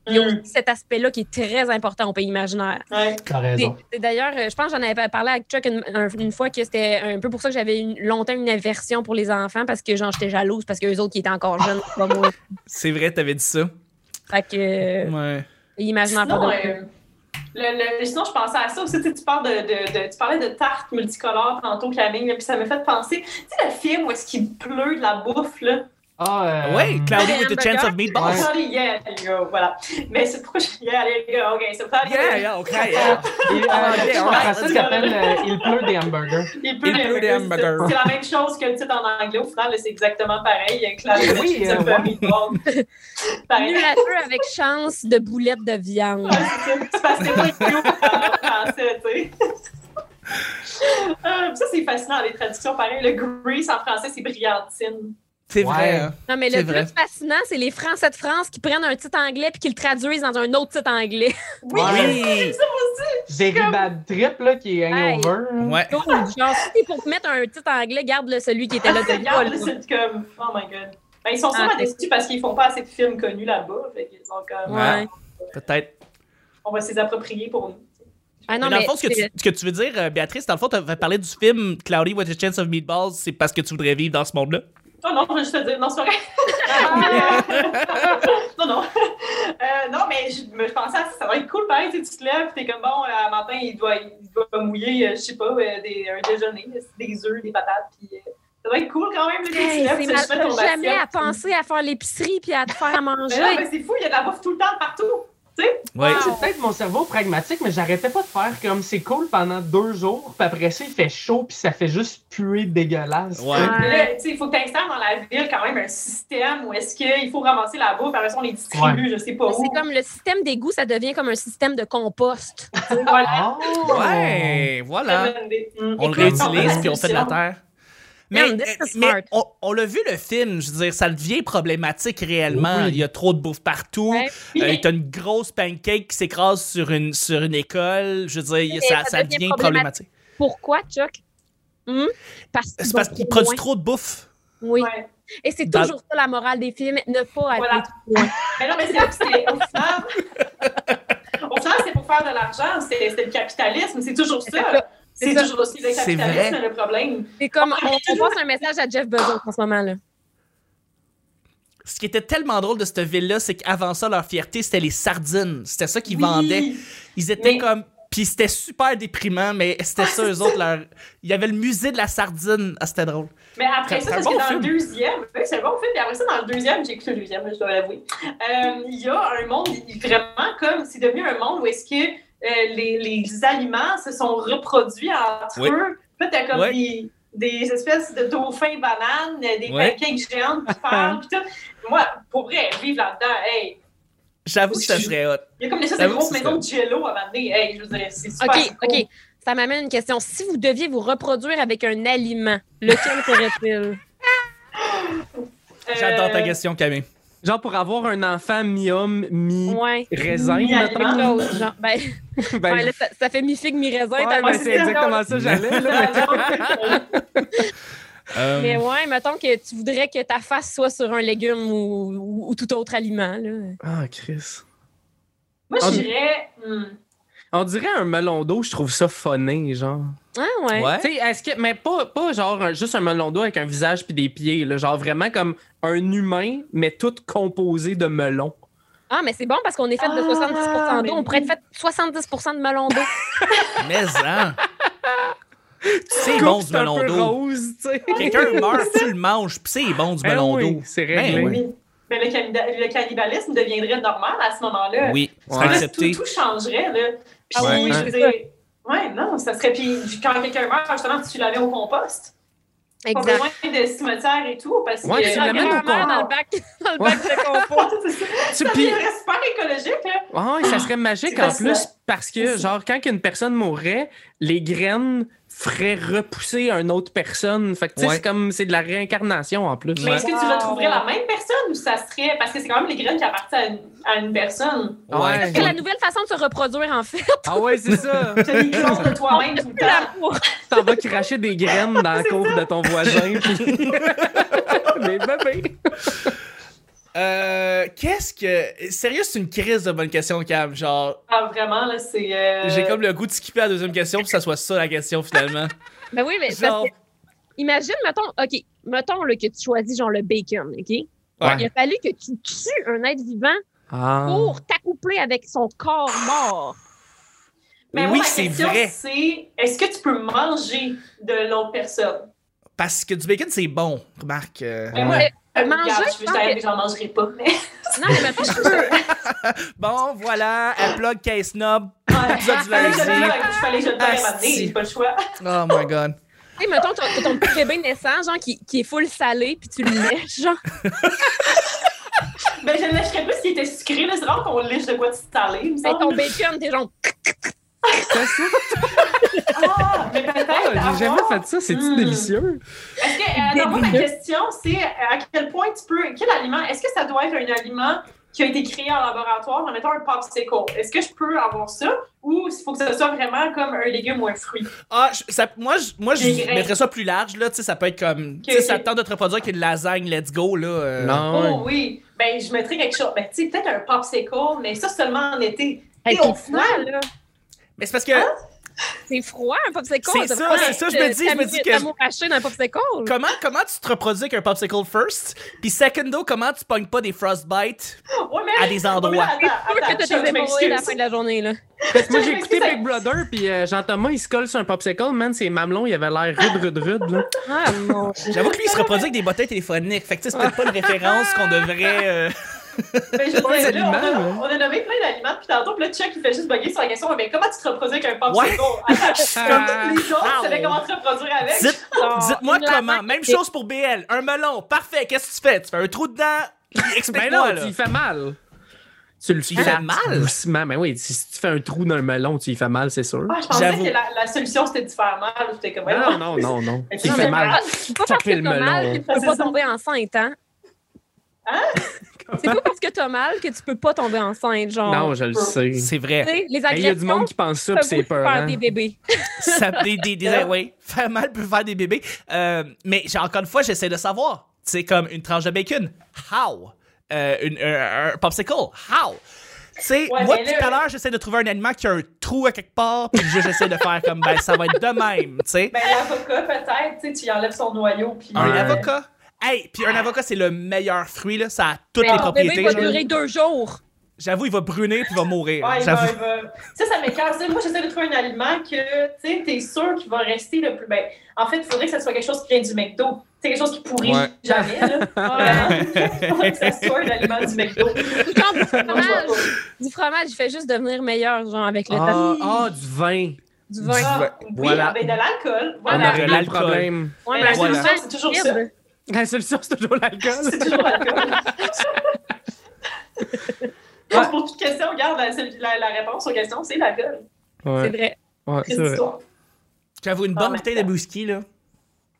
S3: Il y
S4: Hmm.
S3: a aussi cet aspect-là qui est très important au pays imaginaire.
S4: Ouais.
S2: t'as raison.
S3: C'est- c'est D'ailleurs, euh, je pense que j'en avais parlé avec Chuck une, un- une fois que c'était un peu pour ça que j'avais une- longtemps une aversion pour les enfants parce que genre j'étais jalouse parce qu'eux autres qui étaient encore jeunes, pas moi.
S1: C'est vrai, t'avais dit ça.
S3: Fait que euh,
S1: Ouais.
S3: pays imaginaire
S4: Sinon,
S3: pas
S4: euh,
S3: de-
S4: le- le- sinon, je pensais à ça aussi. Tu, sais, tu parles de, de- de- tu parlais de tartes multicolores tantôt, Camille, là, puis ça m'a fait penser. Tu sais, le film où est-ce qu'il pleut de la bouffe, là?
S2: Ah, euh,
S1: Ouais, Cloudy with a
S3: Ben, hamburger.
S1: chance of meatballs.
S2: Ouais.
S4: Sorry, yeah, there you go, voilà. Mais c'est pourquoi je. Yeah, there you go, ok, c'est pour ça.
S1: Yeah, yeah, OK, yeah.
S2: il- euh,
S1: Ah, ok,
S2: tu sais, en
S1: ouais.
S2: français, ça s'appelle euh, Il pleut des hamburgers.
S4: Il pleut
S1: Il pleut des
S4: des hamburgers.
S1: hamburgers.
S4: C'est la même chose que le titre en anglais. Au final, là, c'est exactement pareil. euh, Cloudy
S2: Oui,
S4: with a
S2: euh,
S4: chance of
S2: ouais.
S4: meatballs. Pareil.
S3: Nul à feu avec chance de boulettes de viande.
S4: Ouais, c'est ça. C'est parce que c'est pas idiot en français, tu sais. Euh, ça, c'est fascinant, les traductions. Pareil, le grease en français, c'est brillantine.
S1: C'est
S2: Ouais.
S1: vrai. hein.
S3: Non mais
S1: C'est
S3: le
S1: vrai.
S3: plus fascinant, c'est les Français de France qui prennent un titre anglais puis qui le traduisent dans un autre titre anglais.
S4: Oui,
S1: Oui.
S2: Jerry Bad Trip, là, qui est hangover.
S1: Ouais.
S3: Donc, genre si t'es pour te mettre un titre anglais, garde le celui qui était là de
S4: Ah, c'est
S3: là,
S4: regarde,
S3: là.
S4: c'est comme. Oh my god. Ben, ils sont sûrement
S3: hein. Ah, c'est-
S4: déçus parce qu'ils font pas assez de films connus là-bas. Fait qu'ils sont comme.
S3: Ouais.
S1: Peut-être.
S4: On va s'les approprier pour nous.
S3: Ah non
S1: mais dans
S3: mais
S1: le fond, ce que, tu,
S3: c'est-
S1: ce que tu veux dire, euh, Béatrice, dans le fond, t'avais parlé du film Cloudy with a chance of meatballs, c'est parce que tu voudrais vivre dans ce monde-là.
S4: Oh Non, non, je vais juste te dire, non, c'est pas vrai.
S1: Ah.
S4: non, non. Euh, non, mais je, me- je pensais à ça, ça va être cool, pareil, tu sais, tu te lèves, t'es comme bon, à matin, il doit, il doit mouiller, euh, je sais pas, euh, des, un déjeuner, des œufs, des patates, puis euh, ça va être cool quand même, le tu
S3: Hey,
S4: te lèves,
S3: c'est
S4: tu
S3: mal-
S4: fais ton
S3: t'as jamais
S4: basket.
S3: à penser à faire l'épicerie puis à te faire à
S4: Mais Ben non,
S3: manger.
S4: mais c'est fou, il y a de la bouffe tout le temps, partout.
S1: Ouais.
S2: C'est peut-être mon cerveau pragmatique, mais j'arrêtais pas de faire comme c'est cool pendant deux jours, puis après ça, il fait chaud, puis ça fait juste puer dégueulasse. Ah.
S1: Ouais.
S4: Mais là, tu sais, il faut que tu installes dans la ville quand même un système où est-ce qu'il faut ramasser la bouffe, après ça, on les distribue, je sais pas où.
S3: C'est comme le système d'égout, ça devient comme un système de compost.
S4: Voilà.
S2: Oh!
S1: Ouais, voilà. Ah, On
S4: Mm.
S1: le
S2: Écoute,
S1: réutilise
S2: on-
S1: puis on fait de la terre. Mais, euh,
S3: Man, this is
S1: mais
S3: smart.
S1: on, on l'a vu le film, je veux dire, ça devient problématique réellement.
S2: Oui.
S1: Il y a trop de bouffe partout.
S3: Ouais.
S4: Oui,
S1: Euh,
S4: mais-
S1: T'as une grosse pancake qui s'écrase sur une, sur une école. Je veux dire,
S3: Mais
S1: ça,
S3: ça
S1: ça
S3: devient
S1: devient problématique.
S3: Pourquoi, Chuck? Hum? Parce
S1: C'est
S3: qu'ils
S1: parce
S3: vont
S1: qu'ils
S3: trop
S1: produisent
S3: loin.
S1: trop de bouffe.
S3: Oui.
S4: Ouais.
S3: Et c'est
S1: Dans-
S3: toujours ça la morale des films, ne pas aller
S4: Voilà.
S3: trop loin.
S4: Mais non, mais c'est c'est- au final. au final, c'est pour faire de l'argent, c'est c'est le capitalisme, c'est toujours ça.
S3: C'est
S4: C'est
S3: ça.
S4: toujours aussi le
S1: C'est
S4: capitalisme
S1: vrai.
S4: le problème.
S3: C'est comme, on, on passe un message à Jeff Bezos en ce moment-là.
S1: Ce qui était tellement drôle de cette ville-là, c'est qu'avant ça, leur fierté, c'était les sardines. C'était ça qu'ils
S4: Oui.
S1: vendaient. Ils étaient
S4: Mais-
S1: comme. Puis c'était super déprimant, mais c'était ça, eux autres. Leur... Il y avait le musée de la sardine. Ah, c'était drôle.
S4: Mais après
S1: C'est
S4: ça,
S1: un
S4: parce
S1: bon
S4: que dans
S1: film.
S4: le deuxième, oui, c'est un bon film, puis après ça, dans le deuxième, j'ai écouté le deuxième, je dois l'avouer, euh, il y a un monde, il- vraiment comme, c'est devenu un monde où est-ce que euh, les, les aliments se sont reproduits entre
S1: Oui.
S4: eux. Puis Là, t'as comme
S1: Ouais.
S4: des, des espèces de dauphins bananes, des
S1: Ouais.
S4: pancakes géantes qui parlent, puis tout. Moi, pour vrai, vivre là-dedans, hey,
S1: J'avoue que ça
S4: Oui.
S1: serait hot.
S4: il y a comme des choses,
S1: Ça
S4: des
S1: vaut
S4: grosses
S1: ce
S4: maisons de jello à m'amener, hey, je veux dire, c'est super
S3: OK,
S4: cool.
S3: OK. Ça m'amène une question. Si vous deviez vous reproduire avec un aliment, lequel serait-il?
S4: Euh,
S1: J'adore ta question, Camille.
S2: Genre pour avoir un enfant mi-homme,
S3: Ouais.
S2: mi-raisin,
S4: Mi-
S3: Quelque
S2: mettons.
S3: chose, genre, ben,
S2: Ben,
S3: ouais, là, ça, ça fait mi-figue, mi-raisin.
S2: ouais,
S3: tellement
S2: ben,
S3: c'est-
S2: c'est exactement ça, j'allais. là.
S1: Euh,
S3: Mais ouais, mettons que tu voudrais que ta face soit sur un légume ou, ou- ou tout autre aliment. Là.
S2: Ah, Chris.
S4: Moi,
S2: Ah,
S4: je
S2: mais-
S4: dirais... hmm,
S2: On dirait un melon d'eau, je trouve ça funné, genre.
S3: Ah ouais.
S1: Ouais.
S2: Tu sais, est-ce que. Mais pas, pas genre un- juste un melon d'eau avec un visage puis des pieds, là. Genre vraiment comme un humain, mais tout composé de melons.
S3: Ah, mais c'est bon parce qu'on est fait de
S4: Ah,
S3: 70 d'eau.
S4: mais
S3: On pourrait être
S4: oui.
S3: fait 70 de melon d'eau.
S1: Mais hein! C'est bon du
S2: C'est un
S1: melon
S2: peu
S1: d'eau.
S2: rose, tu sais.
S1: Quelqu'un meurt, tu le manges, pis c'est bon du
S2: Ben
S1: melon
S2: oui,
S1: d'eau.
S2: C'est
S1: Ben
S2: réglé.
S1: oui.
S4: Oui. Mais le, cannibal- le cannibalisme deviendrait normal à ce moment-là.
S1: Oui, c'est
S2: Ouais.
S4: Là,
S1: accepté.
S4: Tout, tout changerait. Là. Puis,
S3: Ah
S2: oui,
S4: je
S2: hein.
S4: veux dire, ouais, non, ça serait. Puis quand quelqu'un meurt, justement, tu l'avais au compost.
S3: Exact.
S4: Pas besoin de cimetière et tout. Parce
S2: Ouais,
S4: que
S2: tu
S3: Quand
S2: l'amènes
S3: quelqu'un
S2: au
S3: meurt
S2: compte.
S3: dans le bac, dans le bac de compost.
S2: Tu-
S4: Ça
S2: puis- ah
S4: deviendrait super écologique. Là.
S2: Ouais, ça serait magique
S4: C'est
S2: en
S4: fascinant.
S2: plus parce que,
S4: C'est ça.
S2: genre, quand une personne mourrait, les graines feraient repousser une autre personne. Fait que, tu sais,
S1: Ouais.
S2: c'est comme c'est de la réincarnation en plus.
S4: Mais est-ce que tu
S3: Wow.
S4: retrouverais la même personne ou ça serait. Parce que c'est quand même les graines qui appartiennent à une, à une personne.
S1: Ouais.
S3: C'est la nouvelle façon de se reproduire, en fait.
S2: Ah ouais, c'est ça.
S4: Tu as des clones de toi-même tout le temps.
S3: L'amour.
S2: T'en vas cracher des graines dans la cour de ton voisin. puis- des bébés.
S1: Euh, Qu'est-ce que. Sérieux, c'est une crise de bonne question, Cam. Genre,
S4: Ah, vraiment, là, c'est. euh,
S1: j'ai comme le goût de skipper la deuxième question, puis que ça soit ça la question finalement.
S3: Ben oui, mais parce que
S1: Genre,
S3: imagine, mettons, OK, mettons là, que tu choisis genre le bacon, OK? Il a fallu que tu tues un être vivant
S2: Ah.
S3: pour t'accoupler avec son corps mort.
S4: Mais
S1: Oui,
S4: moi, ma
S1: c'est
S4: question,
S1: vrai.
S4: c'est est-ce que tu peux manger de l'autre personne?
S1: parce que du bacon, c'est bon, remarque. euh.
S4: Mais moi,
S2: Ouais.
S4: euh,
S3: Manger,
S4: regarde,
S3: je
S4: je veux
S3: pense
S4: t'aider,
S3: que-
S4: j'en mangerai pas. mais-
S3: Non, mais mettons, je peux.
S1: Bon, voilà, elle plug qu'elle snob.
S4: Ouais.
S1: Ça, tu l'avais
S4: Fallait que je le
S1: dit.
S4: fasse, je fallait que je le fasse à un moment donné,
S1: Asti.
S4: j'ai pas le choix.
S1: Oh my god.
S3: Tu sais, mettons, t'as t'as ton petit bébé naissant, genre, qui, qui est full salé, puis tu le lèches, genre.
S4: Ben, je ne lâcherais plus s'il était sucré. là. C'est rare qu'on lèche de quoi de salé, il me
S3: C'est ton
S4: semble.
S3: bacon, t'es genre...
S2: C'est ça.
S4: Ah, mais peut-être.
S2: Ah,
S4: avoir-
S2: J'ai jamais fait ça. C'est-tu
S4: Hmm.
S2: délicieux?
S4: Est-ce que, euh, non, moi, ma question, c'est euh, à quel point tu peux. Quel aliment Est-ce que ça doit être un aliment qui a été créé en laboratoire, en mettant un popsicle Est-ce que je peux avoir ça ou il faut que ce soit vraiment comme un légume ou un fruit
S1: Ah, je- ça- moi, je, moi, je
S4: Des grains.
S1: mettrais ça plus large, là. Tu sais, ça peut être comme. tu sais,
S4: Ok,
S1: ça
S4: ok.
S1: tente de te reproduire avec une lasagne, let's go, là. euh.
S2: Non.
S4: Oh oui. Ben, je mettrais quelque chose. Ben, tu sais, peut-être un popsicle, mais ça seulement en été.
S3: Hey,
S4: Et au
S3: puis,
S4: final,
S3: là,
S4: Ah.
S1: Mais c'est parce que.
S3: C'est froid, un popsicle.
S1: C'est ça, c'est ça, je me dis, je me dis que-
S3: T'as d'un popsicle.
S1: Comment, comment tu te reproduis avec un popsicle first? Puis secondo, comment tu pognes pas des frostbites?
S4: Ouais, mais-
S1: À des endroits.
S4: Ouais, mais attends,
S3: Sûr
S4: attends,
S3: que t'as
S4: Chuck,
S3: tes
S4: je
S3: hémorroïdes à la
S4: m'excuse.
S3: fin de la journée, là.
S2: Parce que moi, j'ai
S4: Est-ce que
S2: écouté
S4: ça-
S2: Big Brother, puis euh, Jean-Thomas, il se colle sur un popsicle, man, ses mamelons, il avait l'air rude, rude, rude, là.
S3: Ah, mon Dieu.
S1: J'avoue que lui, il se reproduit avec des bottins téléphoniques. Fait que tu sais, c'est peut-être pas une référence qu'on devrait. euh,
S4: Mais je veux
S2: Pas
S4: dire,
S2: des
S4: là, on, a,
S2: aliments, hein.
S4: on a nommé plein d'aliments depuis tantôt, puis là, Chuck, il fait juste bugger sur la question, mais comment tu te reproduis avec un popsicle? Attends, Comme tous les autres, tu savais
S1: Ow.
S4: comment
S3: Ah,
S4: te reproduire avec. Ah,
S1: Dites- Dites-moi
S3: Une lame
S1: comment. Même chose pour BL. Un melon, parfait. Qu'est-ce que tu fais? Tu fais un trou dedans?
S2: Ben
S1: Explique-moi,
S2: non,
S1: là.
S2: tu y fais mal. Tu le
S1: Tu y
S2: flattes
S1: fais mal?
S2: Doucement, mais oui, si si tu fais un trou dans un melon, tu y fais mal, c'est sûr.
S4: Ah, je pensais
S1: J'avoue.
S4: que la, la solution, c'était de faire mal. J'étais comme, ouais,
S2: Non, non, non, non.
S4: Mais
S2: Tu y
S4: non,
S2: fais
S4: mais-
S2: mal.
S3: C'est pas
S2: Ça
S3: parce
S2: fait
S3: que
S2: le
S3: t'as mal
S2: melon.
S3: que tu peux
S4: C'est
S3: pas
S4: ça.
S3: tomber enceinte, hein?
S4: Hein?
S3: C'est pas parce que t'as mal que tu peux pas tomber enceinte, genre.
S2: Non, je le sais.
S1: C'est
S3: Tu
S1: vrai.
S3: sais,
S2: Mais Il
S3: les
S2: y a
S3: agressions,
S2: du monde qui pense ça,
S3: peuvent
S2: puis c'est peur. hein.
S3: faire des bébés.
S1: Ça, des, des, des-
S4: Hein?
S1: ouais. Faire mal peut faire des bébés. Euh, mais j'ai- encore une fois, j'essaie de savoir. C'est comme une tranche de bacon. How? Euh, une- un, un popsicle. How? Tu sais,
S4: Ouais,
S1: moi,
S4: mais
S1: tout
S4: là-
S1: à l'heure, j'essaie de trouver un aliment qui a un trou à quelque part, puis je- j'essaie de faire comme, ben, ça va être de même, tu sais.
S4: Ben, l'avocat, peut-être, tu sais, tu y enlèves son noyau, puis. euh,
S1: Un
S2: Ouais.
S1: avocat. Hey, puis un avocat, c'est le meilleur fruit, là. Ça a toutes les
S4: Mais
S3: Le bébé
S1: propriétés.
S3: va
S1: là.
S3: durer deux jours.
S1: J'avoue, il va brûler, puis il va mourir. hein.
S4: Ouais, Ah, il va-
S1: J'avoue.
S4: il va- Ça, ça m'écarte. Moi, j'essaie de trouver un aliment que tu es sûr qu'il va rester le plus. Ben, en fait, il faudrait que ça soit quelque chose qui vient du McDo. C'est quelque chose qui pourrit
S1: Ouais.
S4: jamais. Là. Il faudrait que ça soit un aliment du McDo.
S3: Ou Quand du
S4: Non, je vois
S3: fromage,
S4: pas.
S3: du fromage, il fait juste devenir meilleur, genre, avec le temps
S2: Ah, ah, du vin.
S3: du vin.
S4: Ah,
S1: Ouais,
S4: oui,
S2: voilà.
S4: avec de l'alcool.
S2: On
S4: Voilà.
S2: a
S1: de
S2: réglé le
S1: l'alcool.
S2: problème.
S3: Ouais,
S4: Mais la
S3: le
S1: solution,
S3: vin,
S4: c'est toujours
S3: libre.
S4: ça.
S2: La solution, c'est toujours l'alcool.
S4: C'est toujours l'alcool. Donc, Pour toute question, regarde, la, la- la réponse aux questions, c'est l'alcool.
S3: C'est
S2: Ouais,
S3: vrai.
S2: ouais, c'est
S4: C'est
S2: vrai.
S4: l'histoire.
S1: J'avoue, une
S4: Ah,
S1: bonne
S4: mais-
S1: bouteille de whisky, là.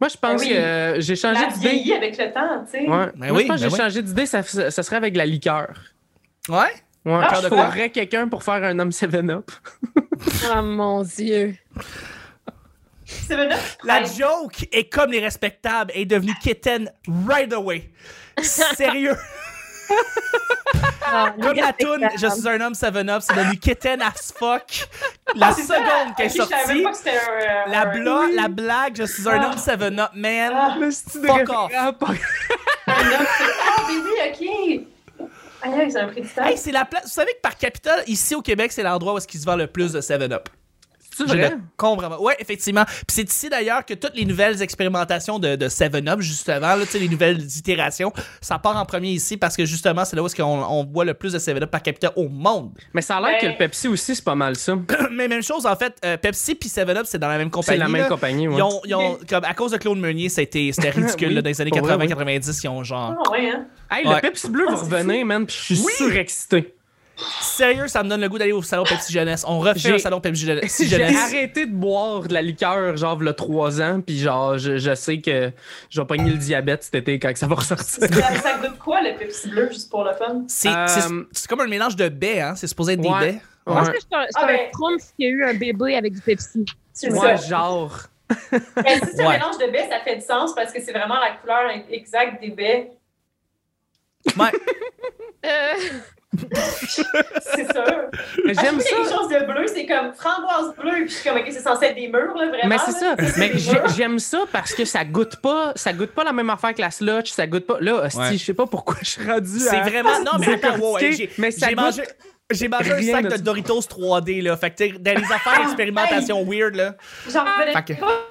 S2: Moi, je pense
S4: Oui.
S2: que euh, j'ai changé
S4: La
S2: d'idée.
S4: vieillit avec le temps, tu sais.
S2: Ouais.
S1: Ben
S2: Moi,
S1: oui,
S2: je pense que
S1: ben
S2: j'ai
S1: oui.
S2: changé d'idée, ça, ça serait avec la liqueur.
S1: Ouais?
S2: Ouais,
S4: Ah,
S2: je
S4: je vois.
S2: trouverais quelqu'un pour faire un homme 7-up.
S3: Oh mon Dieu.
S4: C'est venu.
S1: La
S4: Ouais.
S1: joke est comme les respectables, est devenue kitten right away. Sérieux,
S3: Ah,
S1: comme la toune, je
S3: respectable.
S1: suis un homme 7-up, c'est devenu kitten as fuck. La
S4: Ah, C'est ça.
S1: seconde qu'elle est
S4: Ok, Je savais
S1: sortie,
S4: pas que c'était un.
S1: la,
S4: un-
S1: bla- la blague, je suis un
S4: Ah.
S1: homme 7-up, man.
S4: Ah.
S2: Le style
S1: Fuck off.
S4: Un homme, c'est- Ah, ben oui, ok. Aïe, c'est un prix de temps.
S1: Hey, c'est la place. Vous savez que par capitale, ici au Québec, c'est l'endroit où est-ce qu'il se vend le plus de 7-up.
S2: C'est
S1: Je
S2: vrai?
S1: le comprends vraiment. Ouais, effectivement. Puis c'est ici d'ailleurs que toutes les nouvelles expérimentations de, de 7-Up, justement, là, tu sais, les nouvelles itérations, ça part en premier ici parce que justement, c'est là où est-ce qu'on on voit le plus de 7-Up par capita au monde.
S2: Mais ça a l'air
S4: Ben-
S2: que le Pepsi aussi, c'est pas mal ça.
S1: Mais même chose, en fait, euh, Pepsi puis 7-Up, c'est dans la même compagnie.
S2: C'est la même
S1: là.
S2: compagnie, ouais.
S1: Ils ont, ils ont- comme, à cause de Claude Meunier, c'était c'était ridicule.
S2: Oui,
S1: là, dans les années
S2: pour vrai, oui.
S1: 80-90, ils ont genre.
S4: Ah, ouais, hein.
S2: Hey,
S1: Ouais.
S2: le Pepsi bleu va
S4: Ah, c'est
S2: revenir, man, puis je suis
S1: Oui.
S2: surexcité.
S1: Sérieux, ça me donne le goût d'aller au salon Pepsi Jeunesse. On refait
S2: J'ai-
S1: un salon Pepsi Jeunesse. Ben, si
S2: J'ai
S1: Jeunesse.
S2: arrêté de boire de la liqueur, genre, le 3 ans, puis genre, je, je sais que je vais pogner le diabète cet été quand que ça va ressortir.
S4: Ça, ça goûte quoi, le Pepsi bleu, juste pour le fun?
S1: C'est
S2: Euh,
S1: c'est- c'est comme un mélange de baies, hein? C'est supposé être
S2: Ouais.
S1: des baies.
S3: Je pense que
S2: Ouais,
S3: c'est un, c'est
S4: Ah,
S3: un
S4: ben.
S3: Trump qui a eu un bébé avec du Pepsi.
S4: C'est
S2: Ouais,
S4: ça.
S2: genre.
S4: Mais si c'est un
S1: Ouais.
S4: mélange de baies, ça fait du sens parce que c'est vraiment la couleur exacte des baies.
S1: Ouais.
S3: Euh,
S4: C'est sûr.
S2: Mais J'aime
S4: Acheter
S2: ça.
S4: quelque chose de bleu, c'est comme framboise bleue. Puis je suis comme, ok, c'est censé être des murs, là, vraiment.
S2: Mais c'est ça.
S4: là.
S2: Mais
S4: des
S2: j'ai-
S4: murs.
S2: j'aime ça parce que ça goûte pas, ça goûte pas la même affaire que la slotch, ça goûte pas. Là, hostie,
S1: Ouais.
S2: je sais pas pourquoi je suis rendu.
S1: C'est
S2: à-
S1: vraiment. Non, mais attends, wow,
S2: décortiquer,
S1: hey, j'ai
S2: Hein? mais ça
S1: j'ai
S2: goûte-
S1: mangé. J'ai mangé un
S2: rien
S1: sac
S2: de
S1: de
S2: tout. Ah,
S1: Doritos 3D, là. Fait que, tu sais, dans les affaires expérimentation weird, là.
S4: J'en revenais
S1: Fait que-
S4: pas.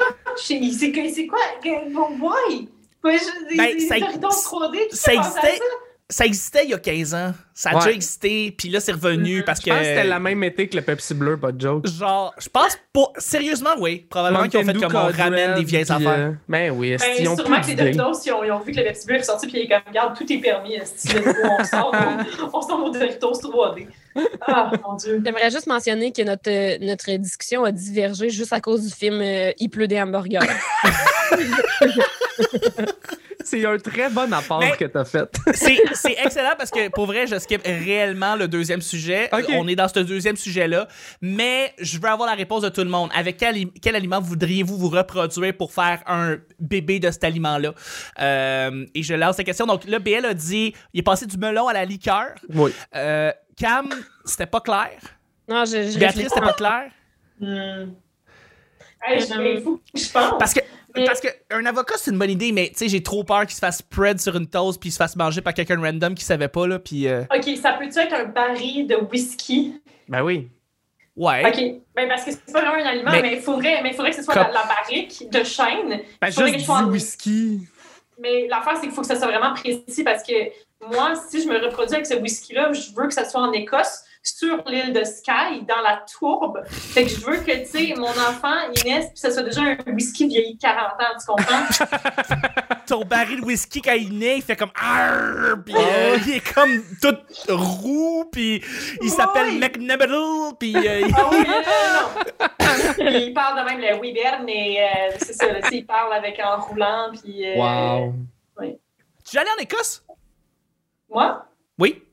S4: J'ai- C'est que- c'est quoi? que- Bon, why? Ben, je,
S1: Ben,
S4: les
S1: ça-
S4: Doritos 3D, qui
S1: ça
S4: pense à
S1: existait-
S4: ça?
S1: Ça existait il y a 15 ans. Ça a
S2: Ouais. Mm-hmm.
S1: déjà existé, puis là, c'est revenu parce
S2: Je pense que c'était
S1: que.
S2: la même été que le Pepsi bleu, pas de joke.
S1: Genre, je pense pas. Sérieusement, oui. Probablement qu'ils ont fait
S2: Mountain
S1: comme
S2: Dew,
S1: on
S2: Codred,
S1: ramène des vieilles
S2: puis,
S1: affaires.
S2: euh, ben oui, est-ce
S4: Ben,
S2: qu'ils ont
S4: sûrement
S2: plus
S4: que les
S2: d'idées?
S4: Doritos, ils ont, ils ont vu que le Pepsi Bleu est sorti, puis ils sont comme, regarde, tout est permis, esti, let's go, on sort, on, on sort au Doritos 3D. Ah, mon Dieu.
S3: J'aimerais juste mentionner que notre, euh, notre discussion a divergé juste à cause du film euh, Il pleut des hamburgers.
S2: C'est un très bon apport
S1: Mais-
S2: que t'as fait.
S1: C'est c'est excellent parce que, pour vrai, je skip réellement le deuxième sujet.
S2: Ok.
S1: On est dans ce deuxième sujet-là. Mais je veux avoir la réponse de tout le monde. Avec quel, quel aliment voudriez-vous vous reproduire pour faire un bébé de cet aliment-là? Euh, et je lance la question. Donc, là, BL a dit il est passé du melon à la liqueur.
S2: oui.
S1: Euh, Cam, c'était pas clair.
S3: Non, je, je
S1: Béatrice,
S3: réfléchis
S1: c'était pas clair.
S4: Hmm. Hey, je- il faut que je pense.
S1: Parce que,
S4: Mais-
S1: parce que un avocat, c'est une bonne idée, mais tu sais, j'ai trop peur qu'il se fasse spread sur une toast puis il se fasse manger par quelqu'un de random qui savait pas, là, puis... euh,
S4: OK, ça peut-tu être un baril de whisky?
S1: Ben oui. Ouais.
S4: OK, ben parce que c'est pas vraiment un aliment,
S1: Mais-
S4: mais il faudrait, mais faudrait que ce soit
S1: Comme-
S4: la, la barrique de chêne.
S1: Ben
S4: faudrait
S1: juste
S4: que je sois
S1: du
S4: en-
S1: whisky.
S4: Mais l'affaire, c'est qu'il faut que ça soit vraiment précis parce que moi, si je me reproduis avec ce whisky-là, je veux que ça soit en Écosse, sur l'île de Skye, dans la tourbe. Fait que je veux que, tu sais, mon enfant, Inès, puis ça soit déjà un whisky vieilli de 40 ans, tu comprends?
S1: Ton baril de whisky, quand il naît, il fait comme... Arrrr, puis euh, il est comme tout roux, puis il s'appelle
S4: Ouais.
S1: McNabadle, puis... euh, il-
S4: Ah oui, euh, non. il parle de même le Wiberne et euh, c'est ça, là, tu sais, il parle avec en roulant, puis... euh,
S1: Tu es allé en Écosse?
S4: Moi?
S1: Oui.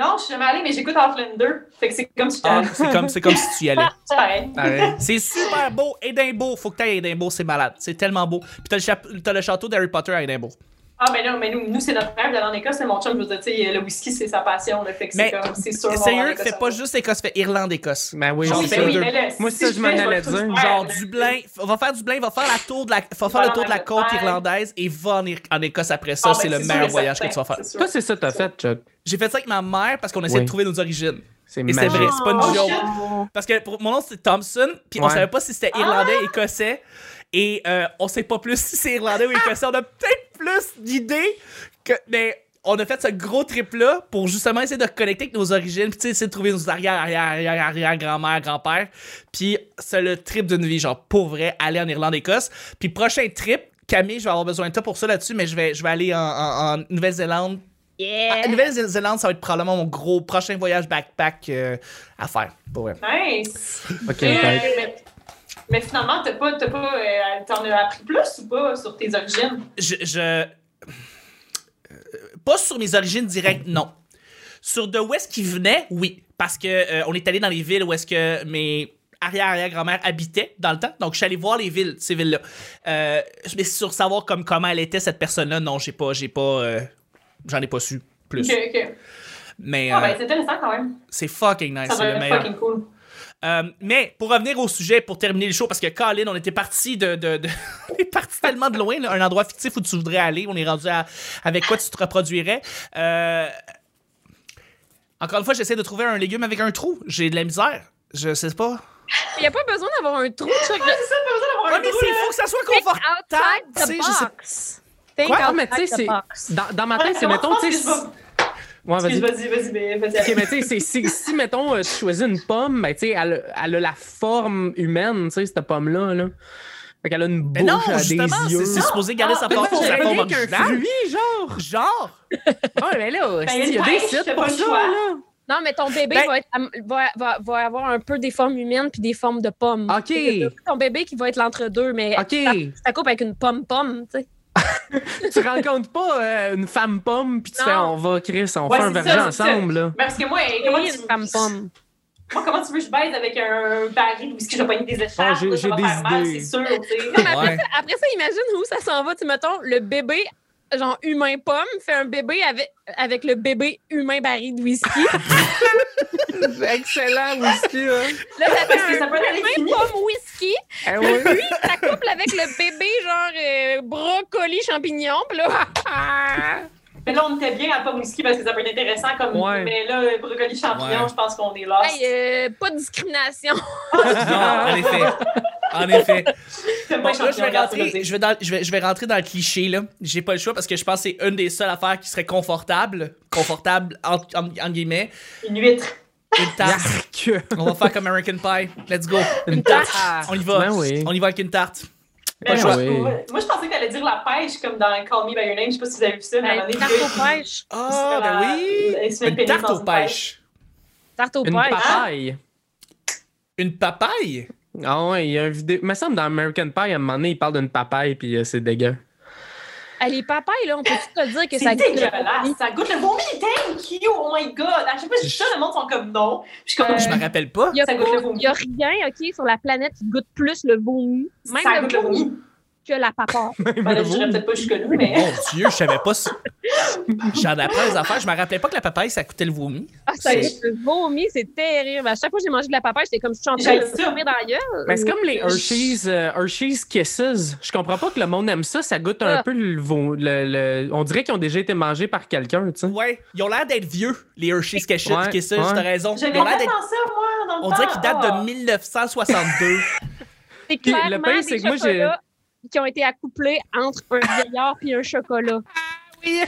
S4: Non, je suis jamais allée, mais j'écoute Outlander. Fait que c'est comme si
S1: Ah, c'est comme, c'est comme si tu y allais.
S4: C'est pareil.
S2: Ah,
S1: C'est super beau. Édimbourg, faut que t'ailles à Édimbourg, c'est malade. C'est tellement beau. Puis t'as le, chap- t'as le château d'Harry Potter à Édimbourg.
S4: Ah, mais non, mais nous, nous c'est notre rêve d'aller en Écosse, mais mon chum, je veux dire, tu sais, le whisky, c'est sa passion, là, fait que
S1: Mais,
S4: c'est comme, c'est sûr. on va en
S1: Sérieux,
S4: Écosse.
S1: fais pas juste Écosse, fais Irlande-Écosse.
S5: Ben oui,
S1: Genre,
S5: c'est
S4: Oui,
S1: c'est
S4: ben oui,
S1: deux.
S4: mais là,
S5: Moi,
S4: si
S5: ça, je m'en
S4: fais, vais
S5: allais
S4: tout
S5: dire.
S4: faire,
S1: Genre
S4: là.
S1: Dublin, f- va faire Dublin, va faire la tour de la, va faire
S4: Voilà,
S1: le tour de la côte
S4: ouais.
S1: irlandaise et va en, Ir- en Écosse après
S4: Ah,
S1: ça.
S4: ben,
S1: c'est le
S4: sûr
S1: meilleur
S4: et
S1: voyage que
S4: certain,
S1: tu vas faire.
S4: c'est sûr.
S5: Toi, c'est ça que t'as fait, Chuck.
S1: J'ai fait ça avec ma mère parce qu'on essaie
S5: Oui.
S1: de trouver nos origines.
S5: C'est
S1: Et c'est vrai,
S5: magique.
S1: c'est pas une
S4: Oh,
S1: joke.
S4: shit.
S1: Parce que pour- mon nom c'est Thompson, puis on
S5: Ouais.
S1: savait pas si c'était irlandais, écossais, et euh, on sait pas plus si c'est irlandais ou écossais. On a peut-être plus d'idées que. Mais on a fait ce gros trip là pour justement essayer de connecter avec nos origines, puis tu sais, essayer de trouver nos arrière, arrière, arrière, arrière, grand-mère, grand-père. Puis c'est le trip d'une vie, genre pour vrai, aller en Irlande, Écosse. Puis prochain trip, Camille, je vais avoir besoin de toi pour ça là-dessus, mais je vais, je vais aller en- en- en Nouvelle-Zélande
S3: Yeah!
S1: la Ah, Nouvelle-Zélande, ça va être probablement mon gros prochain voyage backpack euh, à faire. Pour vrai.
S4: Nice.
S5: Ok,
S4: Mais,
S5: fait.
S4: mais- mais finalement, t'as pas, t'as pas, euh, t'en as appris plus ou pas sur tes origines?
S1: Je. je- euh, Pas sur mes origines directes, non. Sur de où est-ce qu'ils venaient, oui. Parce que euh, on est allé dans les villes où est-ce que mes arrière-arrière-grand-mère habitaient dans le temps. Donc, je suis allé voir les villes, ces villes-là. Euh, mais sur savoir comme, comment elle était, cette personne-là, non, j'ai pas. J'ai pas euh, J'en ai pas su plus.
S4: Ok, ok.
S1: Mais
S4: Ah,
S1: euh,
S4: ben, c'est intéressant quand même.
S1: c'est fucking nice. c'est
S4: Ça doit
S1: le
S4: être
S1: meilleur.
S4: fucking cool.
S1: Euh, mais pour revenir au sujet, pour terminer le show, parce que Colin, on était parti de, de, de- on est parti tellement de loin, là, un endroit fictif où tu voudrais aller, on est rendu à avec quoi tu te reproduirais. Euh, encore une fois, j'essaie de trouver un légume avec un trou. J'ai de la misère. Je sais pas.
S3: Il n'y a pas besoin d'avoir un trou, Chuck.
S4: Ah, c'est ça, t'as besoin d'avoir
S1: Ouais,
S4: un
S1: mais
S4: trou,
S1: c'est- il
S4: là.
S1: faut que ça soit
S3: Think
S1: confortable.
S3: outside
S1: tu sais, je sais-
S3: the box.
S4: Euh,
S3: Think
S1: Quoi?
S5: Ah, mais tu sais,
S3: outside the
S5: c'est.
S3: box.
S5: Dans, dans ma tête, c'est
S4: Comment
S5: mettons,
S4: tu
S5: tu
S4: penses
S5: sais.
S4: que je vais-
S5: Ouais,
S1: Ah,
S4: Excuse,
S5: vas-y.
S4: Vas-y, vas-y, mais
S5: Ok,
S4: vas-y.
S5: mais tu sais, c'est- si, si, mettons, euh, tu choisis une pomme, ben, tu sais, elle, elle a la forme humaine, tu sais, cette pomme-là. Là. Fait qu'elle a une bouche,
S1: Mais non,
S5: elle a des
S1: justement, c'est Ah,
S5: yeux.
S1: c'est supposé garder sa
S4: mais
S1: forme,
S4: non,
S1: sa
S4: j'avais
S1: forme
S5: rien qu'un
S1: originale.
S5: fruit, genre.
S1: Genre,
S5: Ah, mais là,
S4: Ben,
S5: il y a des
S4: pêche,
S5: sites
S4: t'as
S5: pour
S4: pas le
S5: ça,
S4: choix.
S5: là.
S3: Non, mais ton bébé
S1: Ben-
S3: va, être am- va- va- va avoir un peu des formes humaines puis des formes de pommes.
S5: Ok.
S3: C'est Ton bébé qui va être l'entre-deux, mais
S5: OK,
S3: ça coupe avec une pomme-pomme, tu sais.
S5: tu rencontres pas euh, une femme pomme, puis tu
S3: Non.
S5: fais, on va, Chris, on
S4: Ouais,
S5: fait un
S4: c'est
S5: verger
S4: ça, c'est ça. Ben,
S5: ensemble, là.
S4: Parce que moi, hey, comment
S3: Oui,
S4: tu
S3: une pomme-pomme.
S4: Moi, comment tu veux que je baise avec un baril de whisky? Je vais pas des
S5: Ah,
S4: écharpes,
S5: j'ai-
S4: là,
S5: j'ai
S4: ça va
S5: des
S4: faire mal,
S5: idées.
S4: c'est sûr. tu sais.
S3: Non, mais après,
S1: Ouais.
S3: ça, après ça, imagine où ça s'en va. Tu sais, mettons, le bébé, genre humain-pomme, fait un bébé avec, avec le bébé humain-baril de whisky.
S5: Excellent whisky, hein.
S3: Là, ça
S4: Parce que
S3: fait
S4: ça
S3: un
S4: peut être infini.
S3: humain-pomme whisky.
S5: Eh oui.
S3: Ça couple avec le bébé, genre euh, brocoli champignon. Puis là,
S4: Mais là, on était bien à pas whisky parce que ça peut être intéressant comme.
S5: Ouais.
S4: Mais là, le brocoli champignon,
S1: Ouais.
S4: je pense qu'on est là.
S3: hey, euh, pas de discrimination.
S4: Ah,
S1: non, en effet. En effet.
S4: J'aime
S1: Bon,
S4: pas
S1: là, je
S4: les champignons,
S1: vais,
S4: regarde, ça,
S1: rentrer, je, vais dans, je, vais, je vais rentrer dans le cliché, là. J'ai pas le choix parce que je pense que c'est une des seules affaires qui serait confortable. Confortable, en, en, en guillemets.
S4: c'est Une huître.
S1: Une tarte.
S5: Arc.
S1: On va faire comme American Pie. Let's go. Une tarte. On y va.
S5: Ben oui.
S1: On y va avec une tarte.
S4: Mais
S5: Ben
S4: moi,
S5: oui.
S4: moi, je pensais que t'allais dire la pêche comme dans Call Me By Your Name. Je sais pas si vous avez vu ça, mais à un
S3: Ben,
S4: moment donné,
S3: tarte
S4: le gars,
S3: aux pêches.
S1: Ah,
S4: la-
S1: ben oui.
S4: elle se met
S1: Une
S4: pénis
S1: tarte
S4: dans
S1: aux
S4: une
S1: pêches.
S3: Tarte aux
S5: Une
S4: hein?
S3: pêches.
S5: papaye.
S1: Une papaye?
S5: Ah ouais, il y a un vidéo. Il me semble dans American Pie, à un moment donné, il parle d'une papaye, puis euh, c'est dégueu.
S3: Ah, les papayes, là, on peut tout te dire que ça
S4: C'est
S3: goûte le
S4: dégueulasse.
S3: vomi.
S4: Ça goûte le vomi. Thank you. Oh my god. À chaque fois que je dis ça, le monde sont comme non. Je suis comme.
S3: Euh,
S1: Je me rappelle pas.
S3: Il y a,
S4: Ça goûte le vomi.
S3: il y a rien, OK, sur la planète qui goûte plus le vomi, même
S4: ça
S3: le
S4: goûte le
S3: vomi,
S4: vomi.
S3: que la papaye.
S4: Ben là, je dirais peut-être pas jusque-là, mais.
S1: Mon Dieu, je savais pas ça. J'en apprends les affaires. Je me rappelais pas que la papaye, ça coûtait le vomi.
S3: Ah, ça y est, le vomi, c'est terrible. À chaque fois que j'ai mangé de la papaye, j'étais comme je suis en train de
S4: J'ai
S3: me
S4: ça.
S3: vomir dans la gueule.
S2: Mais Ben, c'est comme les Hershey's, euh, Hershey's Kisses. Je comprends pas que le monde aime ça. Ça goûte un
S3: Ah.
S2: peu le, vo- le- le- On dirait qu'ils ont déjà été mangés par quelqu'un, tu sais.
S1: Ouais, ils ont l'air d'être vieux, les Hershey's Kisses,
S2: Ouais,
S1: Kisses,
S2: ouais.
S1: t'as raison. Ils
S4: J'avais
S1: ont l'air
S4: tellement
S1: d'être-
S4: ça, moi, dans le
S1: On
S4: temps.
S1: dirait qu'ils datent
S4: Ah.
S1: de 1962.
S3: C'est
S2: Puis le
S3: clairement
S2: pire,
S3: des
S2: c'est que moi, j'ai-
S3: chocolats qui ont été accouplés entre un vieillard puis un chocolat.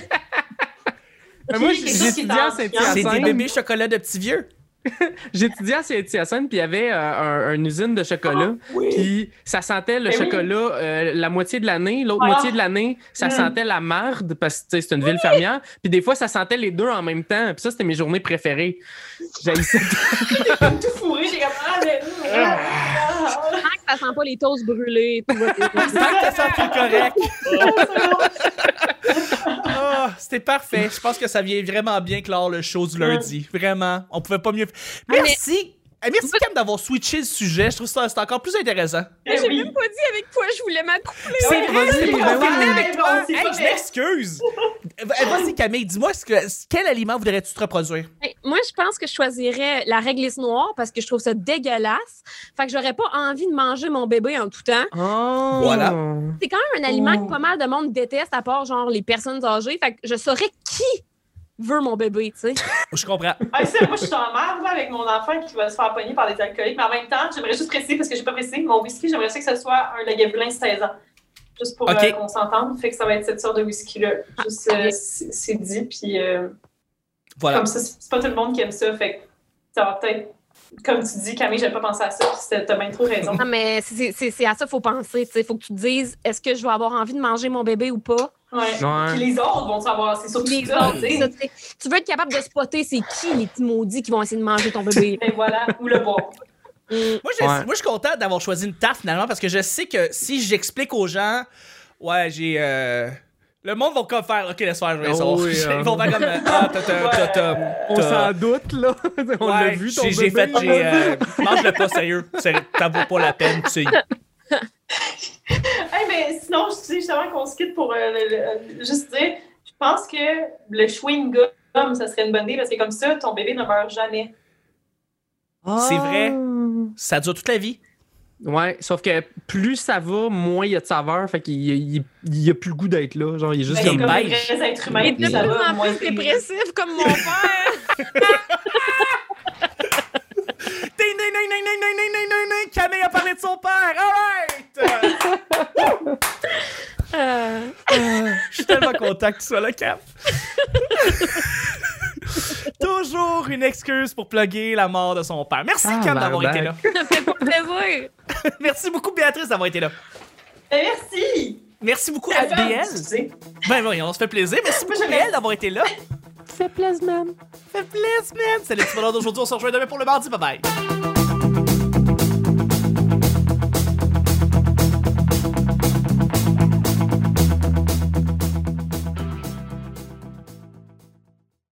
S2: Mais Ben, moi,
S4: Oui, quelque chose qui est
S2: j'étudiais à
S4: en
S1: C'est des
S2: Saint-Hyacinthe.
S1: bébés chocolats de petits vieux.
S2: J'étudiais à Saint-Hyacinthe, puis il y avait euh, un- une usine de chocolat. Puis ça sentait le
S4: Ah, Ben oui.
S2: chocolat euh, la moitié de l'année. L'autre
S4: Ah.
S2: moitié de l'année, ça
S4: Mm.
S2: sentait la marde, parce que tu sais, c'est une ville fermière. Puis des fois, ça sentait les deux en même temps. Puis ça, c'était mes journées préférées. J'haïssais
S4: Comme tout fourré, j'ai comme. Ah, mais. Ah,
S3: Tant que ça sent pas les toasts brûlés, tout va bien.
S1: Tant que ça sent tout correct.
S4: ah,
S1: Ah, c'était parfait. Je pense que ça vient vraiment bien clore le show du lundi. Vraiment. On pouvait pas mieux.
S3: mais-
S1: Merci. Eh, Merci, Cam, d'avoir switché le sujet. Je trouve ça c'est encore plus intéressant.
S4: mais
S3: J'ai
S4: Eh oui.
S3: même pas dit avec quoi je voulais m'accoupler.
S1: C'est vrai,
S2: vas-y,
S1: c'est vrai.
S2: ben oui.
S1: Parlez
S4: Ouais,
S1: avec
S4: on
S1: toi.
S4: sait
S1: Hey,
S4: pas,
S1: je
S4: mais-
S1: m'excuse. Eh, Vas-y, Camille, dis-moi ce que- quel aliment voudrais-tu te reproduire?
S3: Hey, Moi, je pense que je choisirais la réglisse noire parce que je trouve ça dégueulasse. Fait que j'aurais pas envie de manger mon bébé en tout temps.
S2: Oh!
S1: Voilà.
S3: C'est quand même un aliment
S4: Oh.
S3: que pas mal de monde déteste, à part genre les personnes âgées. Fait que je saurais qui veut mon bébé, tu sais.
S1: Je comprends.
S4: Ah, c'est- moi, je suis en merde là, avec mon enfant qui va se faire pogner par des alcooliques. Mais en même temps, j'aimerais juste préciser, parce que j'ai pas précisé, mon whisky, j'aimerais ça que ce soit un Lagavulin 16 ans. Juste pour
S1: Ok.
S4: euh, qu'on s'entende. Fait que ça va être cette sorte de whisky-là. Juste, euh,
S3: ok.
S4: c'est c'est dit. Puis, euh,
S1: Voilà.
S4: comme ça, c'est c'est pas tout le monde qui aime ça. Fait que ça va peut-être. Comme tu dis, Camille, j'avais pas pensé à ça. Puis c'était- t'as bien trop raison.
S3: Non, mais c'est- c'est c'est à ça qu'il faut penser. Il faut que tu te dises est-ce que je vais avoir envie de manger mon bébé ou pas
S4: Ouais.
S2: Ouais.
S4: Puis les autres vont savoir. C'est surtout
S3: Les
S4: ça,
S3: autres,
S4: tu
S3: c'est
S4: sais.
S3: ça, tu sais. Tu veux être capable de spotter c'est qui les petits maudits qui vont essayer de manger ton bébé.
S4: Ben voilà, ou le boire.
S3: Hum,
S1: Moi, je,
S2: Ouais.
S1: moi, je suis content d'avoir choisi une taf finalement parce que je sais que si j'explique aux gens, ouais, j'ai. euh, Le monde va comme faire, ok, laisse faire, je vais
S2: Oh
S1: savoir.
S2: oui, hein.
S1: Ils vont faire comme, euh, ah, t'as, t'as, t'as, t'as-
S2: On
S1: t'as-
S2: s'en doute, là. On l'a
S1: Ouais,
S2: vu, ton
S1: j'ai, j'ai fait,
S2: bébé.
S1: j'ai, euh, mange-le pas sérieux, C'est- t'en vaut pas la peine, tu sais.
S4: Hey, mais sinon, je dis justement qu'on se quitte pour euh, le- le- juste dire, je pense que le chewing gum, ça serait une bonne idée parce que comme ça, ton bébé ne meurt jamais.
S1: C'est
S2: Ah.
S1: vrai. Ça dure toute la vie.
S2: Ouais, sauf que plus ça va, moins il y a de saveur. Fait qu'il il, il- il a plus le goût d'être là. Genre, il est
S4: Ben,
S2: juste
S4: C'est
S1: Ben,
S2: comme.
S4: comme les
S1: beige.
S4: vrais êtres
S3: Il est
S4: humains,
S3: de
S4: puis ça va
S3: plus en
S4: moins
S3: plus dépressif comme mon père.
S1: Ding, ding, ding, ding, ding, ding, ding, ding, ding, ding. Camille a parlé de son père. All right!
S3: Euh,
S1: Je suis tellement content que tu sois là, Cap. Toujours une excuse pour plugger la mort de son père. Merci,
S2: Ah,
S1: Cam, d'avoir été là.
S2: bardac.
S3: ça fait pas plaisir.
S1: Merci beaucoup, Béatrice, d'avoir été là.
S4: Ben, merci!
S1: Merci beaucoup,
S4: Ça fait un
S1: ABL.
S4: petit succès.
S1: Ben oui, on se fait plaisir. Merci beaucoup, ABL, d'avoir été là.
S2: Fais plaisir, man.
S1: Ça fait plaisir, man. C'est le petit bonheur d'aujourd'hui. On se rejoint demain pour le mardi. Bye bye.